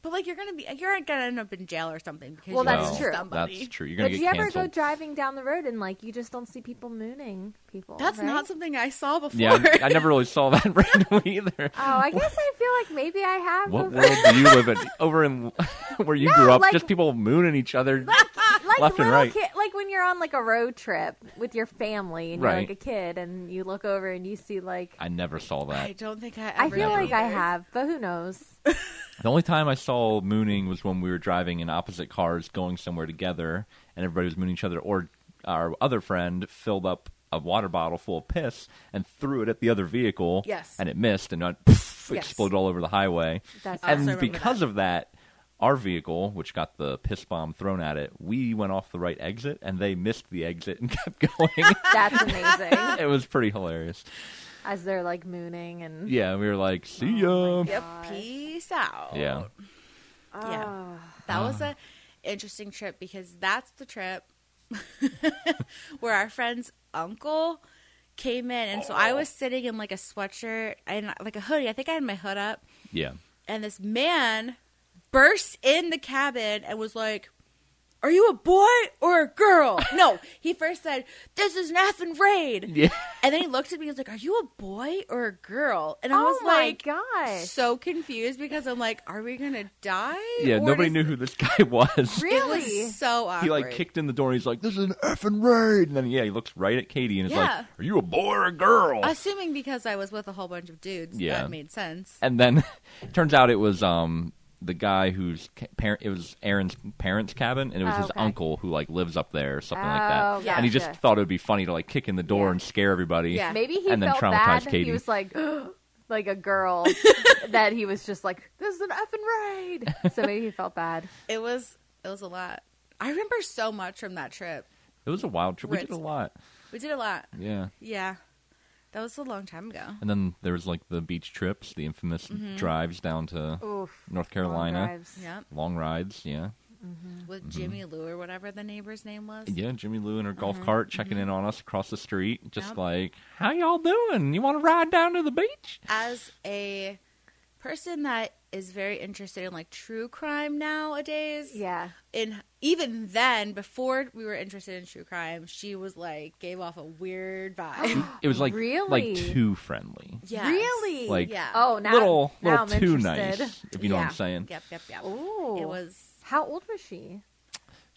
[SPEAKER 3] but like you're gonna be, you're gonna end up in jail or something because
[SPEAKER 2] Well,
[SPEAKER 3] you
[SPEAKER 2] that's
[SPEAKER 1] Well,
[SPEAKER 3] killed
[SPEAKER 2] true.
[SPEAKER 3] Somebody.
[SPEAKER 1] That's true. You're
[SPEAKER 2] But
[SPEAKER 1] gonna
[SPEAKER 2] do
[SPEAKER 1] get
[SPEAKER 2] you ever
[SPEAKER 1] canceled.
[SPEAKER 2] go driving down the road and like you just don't see people mooning people?
[SPEAKER 3] That's
[SPEAKER 2] right?
[SPEAKER 3] not something I saw before.
[SPEAKER 1] yeah, I, I never really saw that random either.
[SPEAKER 2] Oh, I guess I feel like maybe I have.
[SPEAKER 1] What
[SPEAKER 2] before.
[SPEAKER 1] world do you live in? Over in where you
[SPEAKER 2] No,
[SPEAKER 1] grew up,
[SPEAKER 2] like-
[SPEAKER 1] just people mooning each other.
[SPEAKER 2] like
[SPEAKER 1] left and
[SPEAKER 2] little
[SPEAKER 1] right.
[SPEAKER 2] Kid, like when you're on like a road trip with your family and you're
[SPEAKER 1] Right.
[SPEAKER 2] like a kid and you look over and you see like
[SPEAKER 1] I never saw that.
[SPEAKER 3] I don't think I. Ever
[SPEAKER 2] I feel
[SPEAKER 3] did
[SPEAKER 2] like I
[SPEAKER 3] either.
[SPEAKER 2] have, but who knows?
[SPEAKER 1] The only time I saw mooning was when we were driving in opposite cars going somewhere together, and everybody was mooning each other. Or our other friend filled up a water bottle full of piss and threw it at the other vehicle.
[SPEAKER 3] Yes.
[SPEAKER 1] and it missed and went, poof,
[SPEAKER 3] Yes.
[SPEAKER 1] exploded all over the highway.
[SPEAKER 2] That's
[SPEAKER 3] Oh, I
[SPEAKER 1] and
[SPEAKER 3] also remember
[SPEAKER 1] because
[SPEAKER 3] that.
[SPEAKER 1] of that, our vehicle, which got the piss bomb thrown at it, we went off the right exit, and they missed the exit and kept going.
[SPEAKER 2] That's amazing.
[SPEAKER 1] it was pretty hilarious.
[SPEAKER 2] As they're like mooning and
[SPEAKER 1] Yeah, we were like, "See ya."
[SPEAKER 3] Yep.
[SPEAKER 2] God.
[SPEAKER 3] Peace out.
[SPEAKER 1] yeah,
[SPEAKER 3] Yeah.
[SPEAKER 2] Oh.
[SPEAKER 3] That was
[SPEAKER 1] Uh.
[SPEAKER 3] a interesting trip because that's the trip where our friend's uncle came in, and so I was
[SPEAKER 1] Oh.
[SPEAKER 3] sitting in like a sweatshirt and like a hoodie. I think I had my hood up,
[SPEAKER 1] yeah.
[SPEAKER 3] and this man burst in the cabin and was like, "Are you a boy or a girl?" no, he first said, "This is an effing raid,"
[SPEAKER 1] Yeah.
[SPEAKER 3] and then he looked at me and was like, "Are you a boy or a girl?" And I
[SPEAKER 2] Oh
[SPEAKER 3] was
[SPEAKER 2] my
[SPEAKER 3] like,
[SPEAKER 2] gosh.
[SPEAKER 3] so confused because I'm like, "Are we gonna die?"
[SPEAKER 1] Yeah,
[SPEAKER 3] Or
[SPEAKER 1] nobody
[SPEAKER 3] does-
[SPEAKER 1] knew who this guy was.
[SPEAKER 3] It
[SPEAKER 2] Really?
[SPEAKER 3] was so awkward.
[SPEAKER 1] He like kicked in the door and he's like, "This is an effing raid!" And then yeah, he looks right at Katie and is
[SPEAKER 3] Yeah.
[SPEAKER 1] like, "Are you a boy or a girl?"
[SPEAKER 3] Assuming because I was with a whole bunch of dudes,
[SPEAKER 1] Yeah.
[SPEAKER 3] that made sense.
[SPEAKER 1] and then turns out it was um the guy whose ca- parent it was Aaron's parents' cabin, and it was
[SPEAKER 2] Oh,
[SPEAKER 1] his
[SPEAKER 2] okay.
[SPEAKER 1] uncle who like lives up there or something like
[SPEAKER 2] Oh,
[SPEAKER 1] that.
[SPEAKER 3] Yeah.
[SPEAKER 1] And he just
[SPEAKER 2] gotcha.
[SPEAKER 1] thought it would be funny to like kick in the door
[SPEAKER 2] Yeah.
[SPEAKER 1] and scare everybody.
[SPEAKER 3] Yeah.
[SPEAKER 2] Maybe he
[SPEAKER 1] And then
[SPEAKER 2] felt
[SPEAKER 1] traumatized
[SPEAKER 2] bad.
[SPEAKER 1] Katie.
[SPEAKER 2] He was like, like a girl that he was just like, this is an effing raid. So maybe he felt bad.
[SPEAKER 3] It was it was a lot. I remember so much from that trip.
[SPEAKER 1] It was a wild trip. We
[SPEAKER 3] Ritz.
[SPEAKER 1] did a lot.
[SPEAKER 3] We did a lot.
[SPEAKER 1] Yeah.
[SPEAKER 3] Yeah, that was a long time ago.
[SPEAKER 1] And then there was like the beach trips, the infamous drives down to
[SPEAKER 2] Oof.
[SPEAKER 1] North
[SPEAKER 2] Mm-hmm. Long
[SPEAKER 1] Carolina,
[SPEAKER 2] drives.
[SPEAKER 3] Yeah,
[SPEAKER 1] long rides. Yeah.
[SPEAKER 3] with Jimmy Lou or whatever the neighbor's name was.
[SPEAKER 1] Mm-hmm. Yeah, Jimmy Lou in her golf
[SPEAKER 2] Mm-hmm.
[SPEAKER 1] cart checking in on us across the street, just
[SPEAKER 3] Yep.
[SPEAKER 1] like, "How y'all doing? You want to ride down to the beach?"
[SPEAKER 3] As a person that is very interested in like true crime nowadays,
[SPEAKER 2] Yeah.
[SPEAKER 3] and even then, before we were interested in true crime, she was like gave off a weird vibe.
[SPEAKER 1] It was like like
[SPEAKER 2] Really?
[SPEAKER 1] too friendly,
[SPEAKER 3] Yes.
[SPEAKER 2] Really?
[SPEAKER 1] like
[SPEAKER 3] Yeah.
[SPEAKER 2] Oh, now,
[SPEAKER 1] little
[SPEAKER 2] now
[SPEAKER 1] little
[SPEAKER 2] I'm
[SPEAKER 1] too
[SPEAKER 2] interested.
[SPEAKER 1] nice, if you know what
[SPEAKER 3] Yeah.
[SPEAKER 1] I'm saying.
[SPEAKER 3] Yep, yep, yep.
[SPEAKER 2] Ooh.
[SPEAKER 3] It was
[SPEAKER 2] How old was she?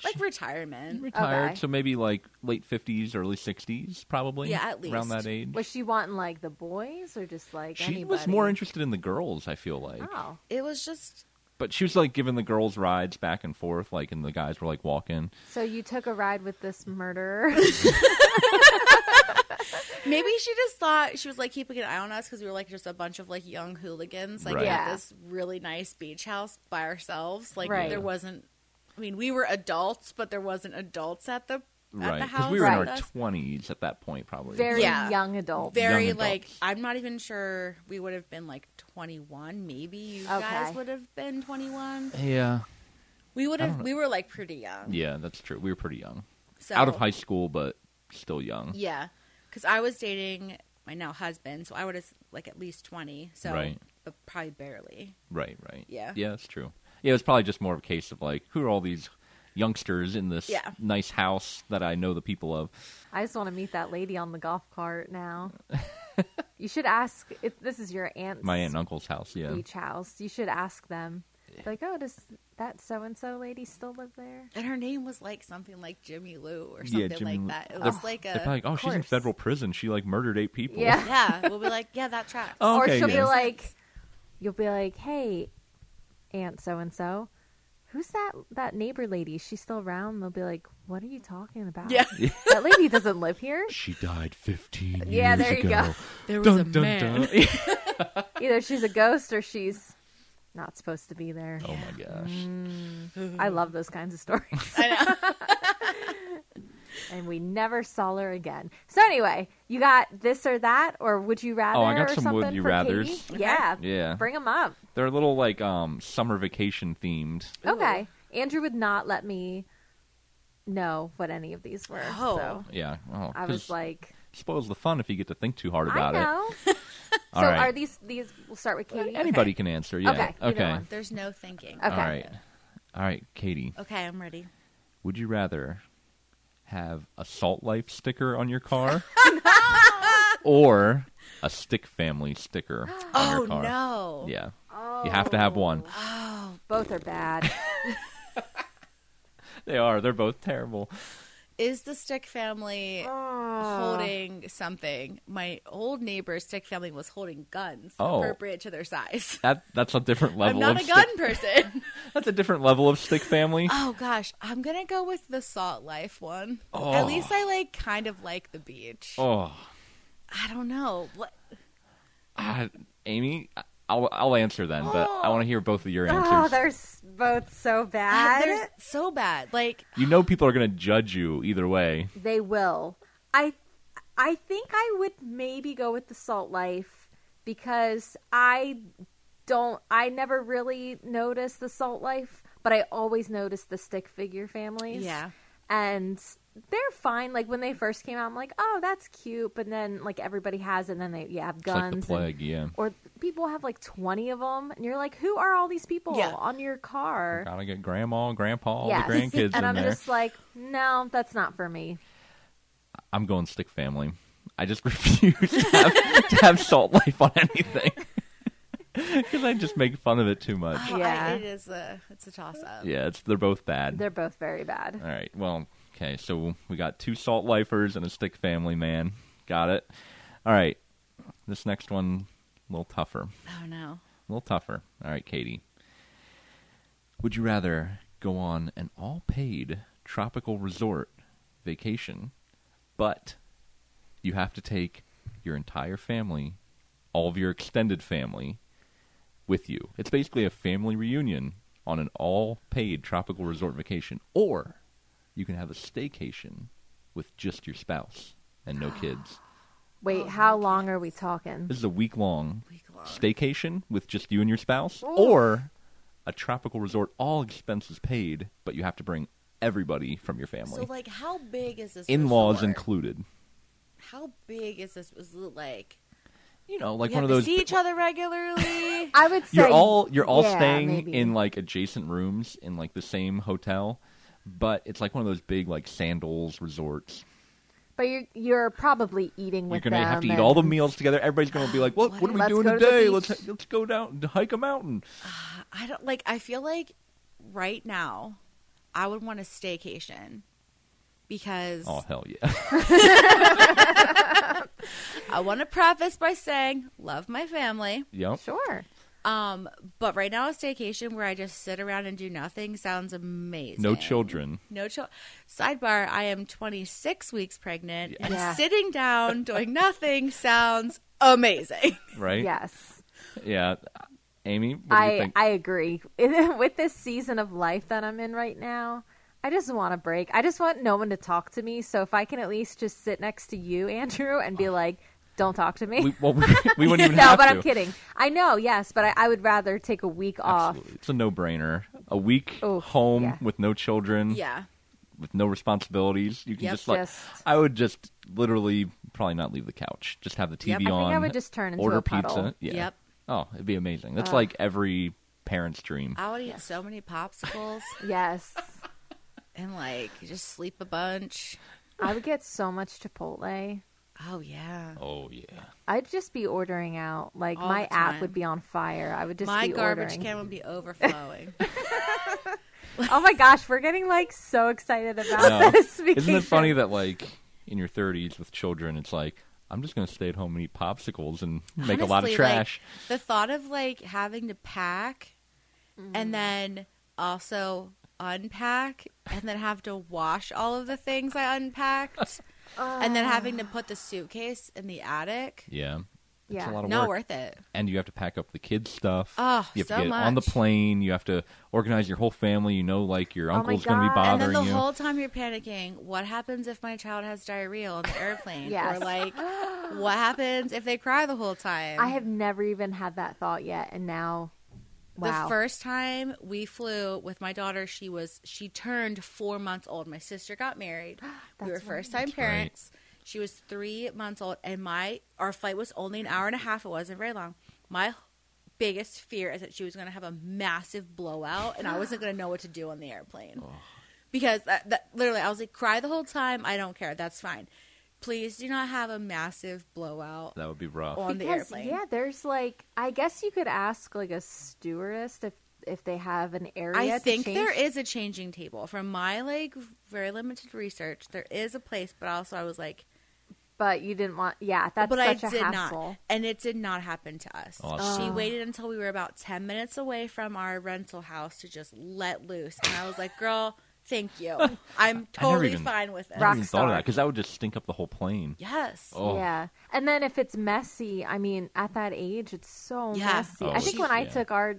[SPEAKER 3] like retirement.
[SPEAKER 1] Retired,
[SPEAKER 2] Okay.
[SPEAKER 1] so maybe like late fifties, early sixties, probably.
[SPEAKER 3] Yeah, at
[SPEAKER 1] around that
[SPEAKER 3] least.
[SPEAKER 1] age.
[SPEAKER 2] Was she wanting like the boys or just like
[SPEAKER 1] she
[SPEAKER 2] anybody?
[SPEAKER 1] was more interested in the girls, I feel like.
[SPEAKER 2] Oh,
[SPEAKER 3] It was just
[SPEAKER 1] But she was like giving the girls rides back and forth, like, and the guys were like walking.
[SPEAKER 2] so you took a ride with this murderer?
[SPEAKER 3] maybe she just thought she was like keeping an eye on us because we were like just a bunch of like young hooligans like
[SPEAKER 1] Right.
[SPEAKER 2] Yeah.
[SPEAKER 3] at this really nice beach house by ourselves. Like
[SPEAKER 2] Right.
[SPEAKER 3] there wasn't. I mean, we were adults, but there wasn't adults at the at
[SPEAKER 1] Right.
[SPEAKER 3] the house.
[SPEAKER 1] we were in
[SPEAKER 2] Right.
[SPEAKER 1] our
[SPEAKER 3] That's
[SPEAKER 1] twenties at that point, probably.
[SPEAKER 2] Very
[SPEAKER 3] Yeah.
[SPEAKER 2] young adult.
[SPEAKER 3] very
[SPEAKER 1] young
[SPEAKER 3] like
[SPEAKER 1] adults.
[SPEAKER 3] I'm not even sure we would have been like 21. Maybe you
[SPEAKER 2] Okay.
[SPEAKER 3] guys would have been 21.
[SPEAKER 1] Yeah.
[SPEAKER 3] We would
[SPEAKER 1] I don't
[SPEAKER 3] have.
[SPEAKER 1] know.
[SPEAKER 3] We were like pretty young.
[SPEAKER 1] Yeah, that's true. We were pretty young.
[SPEAKER 3] So,
[SPEAKER 1] Out of high school, but still young.
[SPEAKER 3] Yeah, because I was dating my now husband, so I would have like at least 20. So,
[SPEAKER 1] Right.
[SPEAKER 3] but probably barely.
[SPEAKER 1] Right, right.
[SPEAKER 3] Yeah.
[SPEAKER 1] Yeah, that's true. Yeah, it was probably just more of a case of like, who are all these youngsters in this
[SPEAKER 3] Yeah.
[SPEAKER 1] nice house that I know the people of?
[SPEAKER 2] I just want to meet that lady on the golf cart now. you should ask. If, this is your aunt's
[SPEAKER 1] My aunt and uncle's house, yeah.
[SPEAKER 2] beach house. You should ask them. Be Like, oh, does that so and so lady still live there?
[SPEAKER 3] And her name was like something like Jimmy Lou or
[SPEAKER 1] Yeah,
[SPEAKER 3] something
[SPEAKER 1] Jimmy Lou.
[SPEAKER 3] like that. It
[SPEAKER 1] They're-
[SPEAKER 3] was like
[SPEAKER 1] They're
[SPEAKER 3] a
[SPEAKER 1] probably like, oh, she's in
[SPEAKER 2] course.
[SPEAKER 1] federal prison. She like murdered eight people.
[SPEAKER 2] Yeah.
[SPEAKER 3] yeah. We'll be like, yeah, that tracks.
[SPEAKER 1] Oh.
[SPEAKER 2] or
[SPEAKER 1] Okay,
[SPEAKER 2] she'll be
[SPEAKER 1] yeah.
[SPEAKER 2] like, you'll be like, hey, aunt so and so, who's that that neighbor lady? She's still around. They'll be like, what are you talking about?
[SPEAKER 3] Yeah.
[SPEAKER 2] that lady doesn't live here.
[SPEAKER 1] She died 15
[SPEAKER 2] Yeah, there you go.
[SPEAKER 3] There was
[SPEAKER 1] Dun,
[SPEAKER 3] a
[SPEAKER 1] dun,
[SPEAKER 3] man.
[SPEAKER 1] dun.
[SPEAKER 2] Either she's a ghost or she's not supposed to be there.
[SPEAKER 1] oh my gosh.
[SPEAKER 2] Mm. I love those kinds of stories.
[SPEAKER 3] I know.
[SPEAKER 2] and we never saw her again. So anyway, you got this or that, or would you rather?
[SPEAKER 1] Oh, I got
[SPEAKER 2] or
[SPEAKER 1] some
[SPEAKER 2] something
[SPEAKER 1] would you
[SPEAKER 2] for
[SPEAKER 1] rathers.
[SPEAKER 2] Katie? Yeah,
[SPEAKER 1] Yeah.
[SPEAKER 2] Bring them up.
[SPEAKER 1] They're a little like um summer vacation themed.
[SPEAKER 3] Ooh.
[SPEAKER 2] Okay, Andrew would not let me know what any of these were.
[SPEAKER 3] Oh.
[SPEAKER 2] so
[SPEAKER 1] Yeah. Oh,
[SPEAKER 2] I
[SPEAKER 1] 'cause
[SPEAKER 2] was like,
[SPEAKER 1] spoils the fun if you get to think too hard
[SPEAKER 2] I
[SPEAKER 1] about it.
[SPEAKER 2] know. so
[SPEAKER 1] All right.
[SPEAKER 2] are these? These we'll start with Katie.
[SPEAKER 1] Anybody can answer. Yeah.
[SPEAKER 2] Okay, either
[SPEAKER 1] Okay.
[SPEAKER 2] one.
[SPEAKER 3] There's no thinking.
[SPEAKER 2] Okay.
[SPEAKER 1] All right. All right, Katie.
[SPEAKER 3] Okay, I'm ready.
[SPEAKER 1] Would you rather have a Salt Life sticker on your car
[SPEAKER 2] Oh,
[SPEAKER 1] or a Stick Family sticker on
[SPEAKER 3] Oh
[SPEAKER 1] your car?
[SPEAKER 3] no.
[SPEAKER 1] Yeah.
[SPEAKER 2] Oh.
[SPEAKER 1] You have to have one.
[SPEAKER 3] Oh,
[SPEAKER 2] Both are bad.
[SPEAKER 1] They are. They're both terrible.
[SPEAKER 3] is the Stick family
[SPEAKER 2] Holding.
[SPEAKER 3] holding something? My old neighbor's Stick family was holding guns
[SPEAKER 1] Oh.
[SPEAKER 3] appropriate to their size.
[SPEAKER 1] That that's a different level
[SPEAKER 3] I'm not
[SPEAKER 1] of
[SPEAKER 3] a
[SPEAKER 1] stick-
[SPEAKER 3] gun person.
[SPEAKER 1] That's a different level of Stick Family.
[SPEAKER 2] Uh,
[SPEAKER 3] oh gosh, I'm gonna go with the Salt Life one.
[SPEAKER 1] Oh.
[SPEAKER 3] At least I like kind of like the beach.
[SPEAKER 1] Oh.
[SPEAKER 3] I don't know. What?
[SPEAKER 1] Ah, Amy, I'll I'll answer then, but I want to hear both of your answers.
[SPEAKER 2] Oh, they're s- both so
[SPEAKER 3] Uh, They're
[SPEAKER 2] bad.
[SPEAKER 3] so bad. Like
[SPEAKER 1] You know people are going to judge you either way.
[SPEAKER 2] They will. I I think I would maybe go with the salt life because I don't I never really noticed the salt life, but I always noticed the stick figure families.
[SPEAKER 3] Yeah.
[SPEAKER 2] And they're fine. Like when they first came out, I'm like, oh, that's cute. But then, like everybody has, it, and then they yeah have
[SPEAKER 1] It's
[SPEAKER 2] guns,
[SPEAKER 1] like the
[SPEAKER 2] and-
[SPEAKER 1] plague, yeah.
[SPEAKER 2] or people have like twenty of them, and you're like, who are all these people
[SPEAKER 3] Yeah.
[SPEAKER 2] on your car?
[SPEAKER 1] Gotta get grandma, grandpa, all
[SPEAKER 2] Yes.
[SPEAKER 1] the grandkids
[SPEAKER 2] and
[SPEAKER 1] in
[SPEAKER 2] I'm
[SPEAKER 1] there.
[SPEAKER 2] just like, no, that's not for me.
[SPEAKER 1] I'm going stick family. I just refuse to have, to have salt life on anything because I just make fun of it too much.
[SPEAKER 3] oh, I-
[SPEAKER 2] Yeah.
[SPEAKER 3] it is a it's a toss up.
[SPEAKER 1] Yeah, it's they're both bad.
[SPEAKER 2] They're both very bad.
[SPEAKER 1] All right, well, okay, so we got two salt lifers and a stick family man. Got it. All right, this next one a little tougher.
[SPEAKER 3] Oh no.
[SPEAKER 1] A little tougher. All right, Katie. Would you rather go on an all paid tropical resort vacation, but you have to take your entire family, all of your extended family, with you? It's basically a family reunion on an all paid tropical resort vacation, or you can have a staycation with just your spouse and no kids.
[SPEAKER 2] Wait,
[SPEAKER 3] Oh,
[SPEAKER 2] how long are we talking?
[SPEAKER 1] This is a week long
[SPEAKER 3] Week long.
[SPEAKER 1] staycation with just you and your spouse, or a tropical resort, all expenses paid, but you have to bring everybody from your
[SPEAKER 3] so
[SPEAKER 1] family,
[SPEAKER 3] like, how big is this?
[SPEAKER 1] in-laws
[SPEAKER 3] resort?
[SPEAKER 1] included.
[SPEAKER 3] How big is this? Is it like
[SPEAKER 1] You know, like
[SPEAKER 3] you
[SPEAKER 1] one
[SPEAKER 3] have
[SPEAKER 1] of those.
[SPEAKER 3] to see each other regularly?
[SPEAKER 2] I would say
[SPEAKER 1] you're all you're all
[SPEAKER 2] yeah,
[SPEAKER 1] staying
[SPEAKER 2] maybe.
[SPEAKER 1] in like adjacent rooms in like the same hotel, but it's like one of those big like sandals resorts.
[SPEAKER 2] but you're you're probably eating with
[SPEAKER 1] you're gonna
[SPEAKER 2] them.
[SPEAKER 1] have to eat
[SPEAKER 2] and-
[SPEAKER 1] all the meals together. Everybody's gonna be like, "What? What, are we
[SPEAKER 2] Let's
[SPEAKER 1] doing
[SPEAKER 2] go to the
[SPEAKER 1] today?
[SPEAKER 2] beach."
[SPEAKER 1] let's let's go down and hike a mountain."
[SPEAKER 3] I don't like. I feel like right now, I would want a staycation because
[SPEAKER 1] Oh hell yeah!
[SPEAKER 3] I want to preface by saying love my family.
[SPEAKER 1] yep.
[SPEAKER 2] Sure.
[SPEAKER 3] Um, but right now a staycation where I just sit around and do nothing sounds amazing.
[SPEAKER 1] No children.
[SPEAKER 3] No child. Sidebar: I am 26 weeks pregnant, and
[SPEAKER 2] Yeah.
[SPEAKER 3] sitting down doing nothing sounds amazing.
[SPEAKER 1] Right?
[SPEAKER 2] Yes.
[SPEAKER 1] Yeah. Amy, what do you
[SPEAKER 2] I
[SPEAKER 1] think?
[SPEAKER 2] I agree. With this season of life that I'm in right now, I just want a break. I just want no one to talk to me. So if I can at least just sit next to you, Andrew, and be like, "Don't talk to me."
[SPEAKER 1] we, well, we, we wouldn't even
[SPEAKER 2] no,
[SPEAKER 1] have
[SPEAKER 2] but
[SPEAKER 1] to.
[SPEAKER 2] I'm kidding. I know, yes, but I, I would rather take a week
[SPEAKER 1] Absolutely. It's a no-brainer. A week
[SPEAKER 2] Oh,
[SPEAKER 1] home
[SPEAKER 2] yeah.
[SPEAKER 1] with no children,
[SPEAKER 3] yeah,
[SPEAKER 1] with no responsibilities. You can
[SPEAKER 3] Yep.
[SPEAKER 1] just like
[SPEAKER 2] Just-
[SPEAKER 1] I would just literally probably not leave the couch. Just have the TV
[SPEAKER 3] Yep.
[SPEAKER 2] off.
[SPEAKER 3] I think
[SPEAKER 2] I I
[SPEAKER 1] on.
[SPEAKER 2] would just turn into
[SPEAKER 1] order
[SPEAKER 2] a puddle. Uh.
[SPEAKER 1] pizza. Yeah.
[SPEAKER 3] Yep.
[SPEAKER 1] Oh, it'd be amazing. That's like every parent's dream.
[SPEAKER 3] I would eat so many popsicles
[SPEAKER 2] off. Yes,
[SPEAKER 3] and like just sleep a bunch.
[SPEAKER 2] I would get so much Chipotle.
[SPEAKER 3] Oh yeah,
[SPEAKER 1] Oh yeah.
[SPEAKER 2] I'd just be ordering out. Like
[SPEAKER 3] All
[SPEAKER 2] my
[SPEAKER 3] the
[SPEAKER 2] app
[SPEAKER 3] time.
[SPEAKER 2] would be on fire. I would just
[SPEAKER 3] my
[SPEAKER 2] be
[SPEAKER 3] garbage
[SPEAKER 2] ordering.
[SPEAKER 3] can would be overflowing.
[SPEAKER 2] Oh my gosh, we're getting like so excited about
[SPEAKER 1] No.
[SPEAKER 2] this.
[SPEAKER 1] Isn't
[SPEAKER 2] vacation.
[SPEAKER 1] it funny that like in your 30s with children, it's like I'm just gonna stay at home and eat popsicles and make a lot of
[SPEAKER 3] Honestly,
[SPEAKER 1] trash.
[SPEAKER 3] Like, the thought of like having to pack
[SPEAKER 2] Mm.
[SPEAKER 3] and then also unpack and then have to wash all of the things I unpacked and then having to
[SPEAKER 2] Ah.
[SPEAKER 3] put the suitcase in the attic.
[SPEAKER 1] yeah. It's
[SPEAKER 2] Yeah.
[SPEAKER 1] a lot of
[SPEAKER 3] Not
[SPEAKER 1] work.
[SPEAKER 3] worth it.
[SPEAKER 1] and you have to pack up the kids' stuff.
[SPEAKER 3] Oh,
[SPEAKER 1] you have
[SPEAKER 3] so
[SPEAKER 1] to get on the
[SPEAKER 3] much.
[SPEAKER 1] plane. You have to organize your whole family. You know, like your
[SPEAKER 2] Oh my
[SPEAKER 1] uncle's going to be
[SPEAKER 2] God.
[SPEAKER 1] bothering
[SPEAKER 3] And then the
[SPEAKER 1] you.
[SPEAKER 3] whole time you're panicking, what happens if my child has diarrhea on the airplane?
[SPEAKER 2] Yes.
[SPEAKER 3] Or like what happens if they cry the whole time?
[SPEAKER 2] I have never even had that thought yet, and now, wow.
[SPEAKER 3] The first time we flew with my daughter, she was she turned four months old. My sister got married. we were
[SPEAKER 2] That's
[SPEAKER 3] first time
[SPEAKER 1] right.
[SPEAKER 3] parents. She was three months old, and my our flight was only an hour and a half. It wasn't very long. My biggest fear is that she was going to have a massive blowout, and I wasn't going to know what to do on the airplane because that, that literally I was like, cry the whole time. I don't care. That's fine. Please do not have a massive blowout
[SPEAKER 1] that would be rough.
[SPEAKER 3] on the
[SPEAKER 2] Because,
[SPEAKER 3] airplane.
[SPEAKER 2] Yeah, there's like I guess you could ask like a stewardess if if they have an area.
[SPEAKER 3] I
[SPEAKER 2] to
[SPEAKER 3] think
[SPEAKER 2] change.
[SPEAKER 3] there is a changing table. From my like very limited research, there is a place, but also I was like,
[SPEAKER 2] but you didn't want. Yeah, that's
[SPEAKER 3] but I
[SPEAKER 2] such a
[SPEAKER 3] did
[SPEAKER 2] hassle.
[SPEAKER 3] not, and it did not happen to us.
[SPEAKER 1] Awesome.
[SPEAKER 3] She
[SPEAKER 2] Oh.
[SPEAKER 3] waited until we were about ten minutes away from our rental house to just let loose, and I was like, girl, thank you. I'm totally
[SPEAKER 1] even-
[SPEAKER 3] fine with it.
[SPEAKER 1] I never even thought of
[SPEAKER 2] Rockstar.
[SPEAKER 1] that because that would just stink up the whole plane.
[SPEAKER 3] Yes.
[SPEAKER 1] Oh.
[SPEAKER 2] Yeah. And then if it's messy, I mean, at that age, it's so
[SPEAKER 3] Yeah.
[SPEAKER 2] messy.
[SPEAKER 1] Oh,
[SPEAKER 2] I think
[SPEAKER 1] she-
[SPEAKER 2] when I
[SPEAKER 1] yeah.
[SPEAKER 2] took our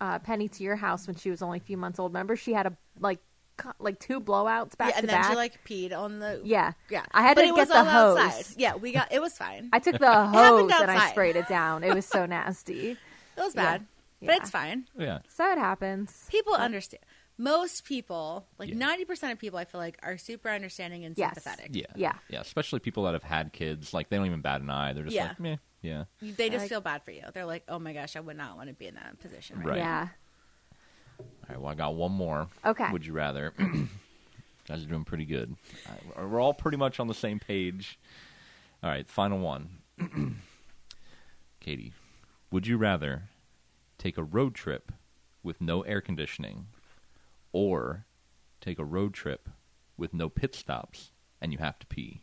[SPEAKER 2] uh, Penny to your house when she was only a few months old, remember she had a like co- like two blowouts back
[SPEAKER 3] Yeah, and
[SPEAKER 2] to
[SPEAKER 3] then
[SPEAKER 2] back.
[SPEAKER 3] she like peed on the
[SPEAKER 2] yeah.
[SPEAKER 3] yeah.
[SPEAKER 2] I had
[SPEAKER 3] But
[SPEAKER 2] to
[SPEAKER 3] it
[SPEAKER 2] get
[SPEAKER 3] was
[SPEAKER 2] the
[SPEAKER 3] all
[SPEAKER 2] hose.
[SPEAKER 3] outside. Yeah, we got it was fine.
[SPEAKER 2] I took the hose and I
[SPEAKER 3] outside.
[SPEAKER 2] sprayed it down. It was so nasty.
[SPEAKER 3] It was
[SPEAKER 2] Yeah.
[SPEAKER 3] bad,
[SPEAKER 2] Yeah.
[SPEAKER 3] but it's fine.
[SPEAKER 1] Yeah.
[SPEAKER 2] So it happens.
[SPEAKER 3] people understand most people like
[SPEAKER 1] Yeah.
[SPEAKER 3] 90% of people i feel like are super understanding and
[SPEAKER 2] Yes.
[SPEAKER 3] sympathetic
[SPEAKER 1] Yeah.
[SPEAKER 2] Yeah.
[SPEAKER 1] Yeah. Especially people that have had kids. Like, they don't even bat an eye. They're just
[SPEAKER 3] Yeah.
[SPEAKER 1] like, meh. Yeah.
[SPEAKER 3] You- they just
[SPEAKER 2] Like-
[SPEAKER 3] feel bad for you they're like oh my gosh i would not want to be in that position right,
[SPEAKER 1] Right.
[SPEAKER 2] Yeah.
[SPEAKER 1] All right. Well, I got one more.
[SPEAKER 2] Okay.
[SPEAKER 1] Would you rather? guys are doing pretty good. I, we're all pretty much on the same page. All right. Final one. Katie, would you rather take a road trip with no air conditioning or take a road trip with no pit stops and you have to pee?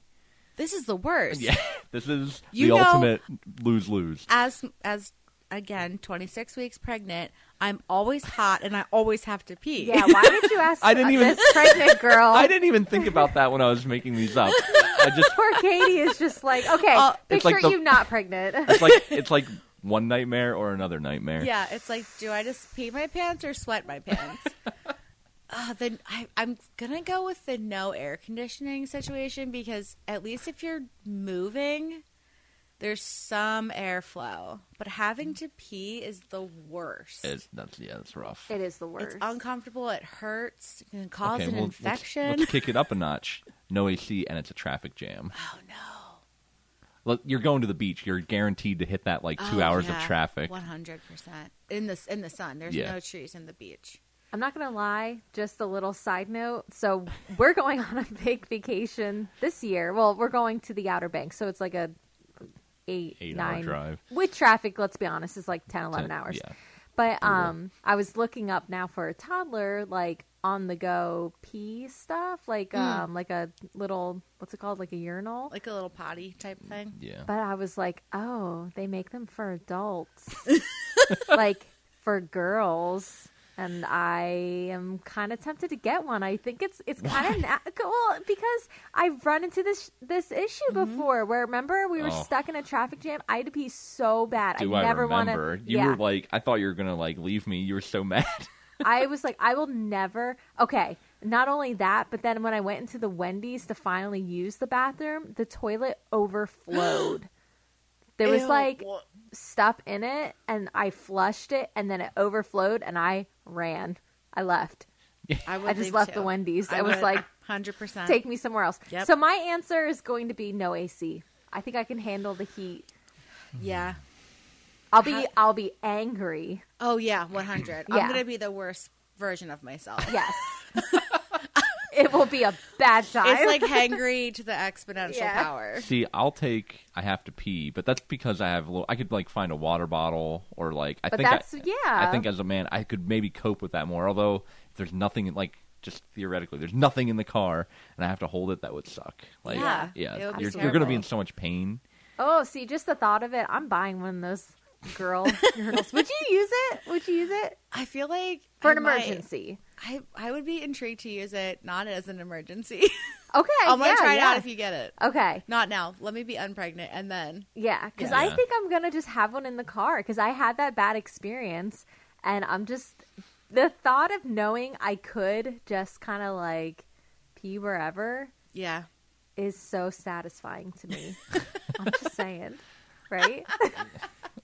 [SPEAKER 3] this is the worst
[SPEAKER 1] Yeah. This is
[SPEAKER 3] You
[SPEAKER 1] the
[SPEAKER 3] know-
[SPEAKER 1] ultimate lose lose.
[SPEAKER 3] as as again 26 weeks pregnant i'm always hot and i always have to pee
[SPEAKER 2] Yeah. Why did you ask
[SPEAKER 1] I didn't even-
[SPEAKER 2] this pregnant girl?
[SPEAKER 1] I didn't even think about that when I was making these up. I just
[SPEAKER 2] Poor Katie is just like, okay,
[SPEAKER 3] Uh,
[SPEAKER 1] it's
[SPEAKER 2] picture
[SPEAKER 1] like the-
[SPEAKER 2] you not pregnant.
[SPEAKER 1] it's like it's like one nightmare or another nightmare.
[SPEAKER 3] Yeah, it's like do i just pee my pants or sweat my pants Uh, then I, I'm gonna go with the no air conditioning situation because at least if you're moving, there's some airflow. But having to pee is the worst.
[SPEAKER 1] It's, that's yeah, that's rough.
[SPEAKER 2] It is the
[SPEAKER 3] It's
[SPEAKER 2] worst.
[SPEAKER 3] uncomfortable. It hurts. It can cause an
[SPEAKER 1] well, let's-
[SPEAKER 3] infection.
[SPEAKER 1] Let's, kick it up a notch. No AC and it's a traffic jam.
[SPEAKER 3] oh no!
[SPEAKER 1] Look, you're going to the beach. You're guaranteed to hit that like two
[SPEAKER 3] Oh,
[SPEAKER 1] hours of
[SPEAKER 3] yeah.
[SPEAKER 1] traffic.
[SPEAKER 3] 100 percent in the in the sun. There's
[SPEAKER 1] Yeah.
[SPEAKER 3] no trees in the beach.
[SPEAKER 2] I'm not going to lie, just a little side note. So, we're going on a big vacation this year. Well, we're going to the Outer Banks. So, it's like a eight,
[SPEAKER 1] Eight hour
[SPEAKER 2] nine
[SPEAKER 1] drive.
[SPEAKER 2] With traffic, let's be honest, is like 10, 11
[SPEAKER 1] Ten-
[SPEAKER 2] hours.
[SPEAKER 1] yeah.
[SPEAKER 2] But um, I was looking up now for a toddler, like on the go pee stuff, like um like a little what's it called, like a urinal.
[SPEAKER 3] like a little potty type thing.
[SPEAKER 1] Yeah.
[SPEAKER 2] But I was like, oh, they make them for adults, like for girls. And I am kind of tempted to get one. I think it's it's kind of na- well because I've run into this this issue before. Where remember we were
[SPEAKER 1] Mm-hmm. Oh.
[SPEAKER 2] stuck in a traffic jam. I had to pee so bad.
[SPEAKER 1] Do
[SPEAKER 2] I
[SPEAKER 1] I,
[SPEAKER 2] never want
[SPEAKER 1] remember?
[SPEAKER 2] to.
[SPEAKER 1] You were like, I thought you were gonna like leave me. You were so mad.
[SPEAKER 2] I was like, I will never. Okay. Not only that, but then when I went into the Wendy's to finally use the bathroom, the toilet overflowed. there was
[SPEAKER 3] Ew.
[SPEAKER 2] like stuff in it, and I flushed it, and then it overflowed, and I ran. I left.
[SPEAKER 3] I, would
[SPEAKER 2] I just
[SPEAKER 3] leave
[SPEAKER 2] left
[SPEAKER 3] too.
[SPEAKER 2] the Wendy's. I was like,
[SPEAKER 3] hundred percent.
[SPEAKER 2] Take me somewhere else.
[SPEAKER 3] Uh, Yep.
[SPEAKER 2] So my answer is going to be no AC. I think I can handle the heat.
[SPEAKER 3] yeah.
[SPEAKER 2] I'll be I'll be angry.
[SPEAKER 3] Oh yeah, one hundred.
[SPEAKER 2] Yeah.
[SPEAKER 3] I'm gonna be the worst version of myself.
[SPEAKER 2] Yes. it will be a bad time.
[SPEAKER 3] It's like hangry to the exponential
[SPEAKER 2] Yeah.
[SPEAKER 3] power.
[SPEAKER 1] See, I'll take. I have to pee, but that's because I have a little. I could like find a water bottle or like. I
[SPEAKER 2] But
[SPEAKER 1] think I-
[SPEAKER 2] that's- yeah.
[SPEAKER 1] I think as a man, I could maybe cope with that more. Although, if there's nothing like just theoretically, there's nothing in the car, and I have to hold it, that would suck. Like,
[SPEAKER 3] Yeah, it
[SPEAKER 1] yeah
[SPEAKER 3] would be
[SPEAKER 1] you're, you're gonna be
[SPEAKER 3] terrible.
[SPEAKER 1] in so much pain.
[SPEAKER 2] Oh, see, just the thought of it, I'm buying one of those girl urinals. Would you use it? Would you use it
[SPEAKER 3] I feel like
[SPEAKER 2] for
[SPEAKER 3] I
[SPEAKER 2] an
[SPEAKER 3] might-
[SPEAKER 2] emergency?
[SPEAKER 3] I I would be intrigued to use it not as an emergency.
[SPEAKER 2] Okay,
[SPEAKER 3] I'm gonna
[SPEAKER 2] yeah,
[SPEAKER 3] try it
[SPEAKER 2] yeah.
[SPEAKER 3] out if you get it.
[SPEAKER 2] Okay,
[SPEAKER 3] Not now. Let me be unpregnant and then.
[SPEAKER 2] yeah, because
[SPEAKER 1] Yeah.
[SPEAKER 2] I think I'm gonna just have one in the car because I had that bad experience, and I'm just the thought of knowing I could just kind of like pee wherever
[SPEAKER 3] Yeah.
[SPEAKER 2] is so satisfying to me. I'm just saying, right?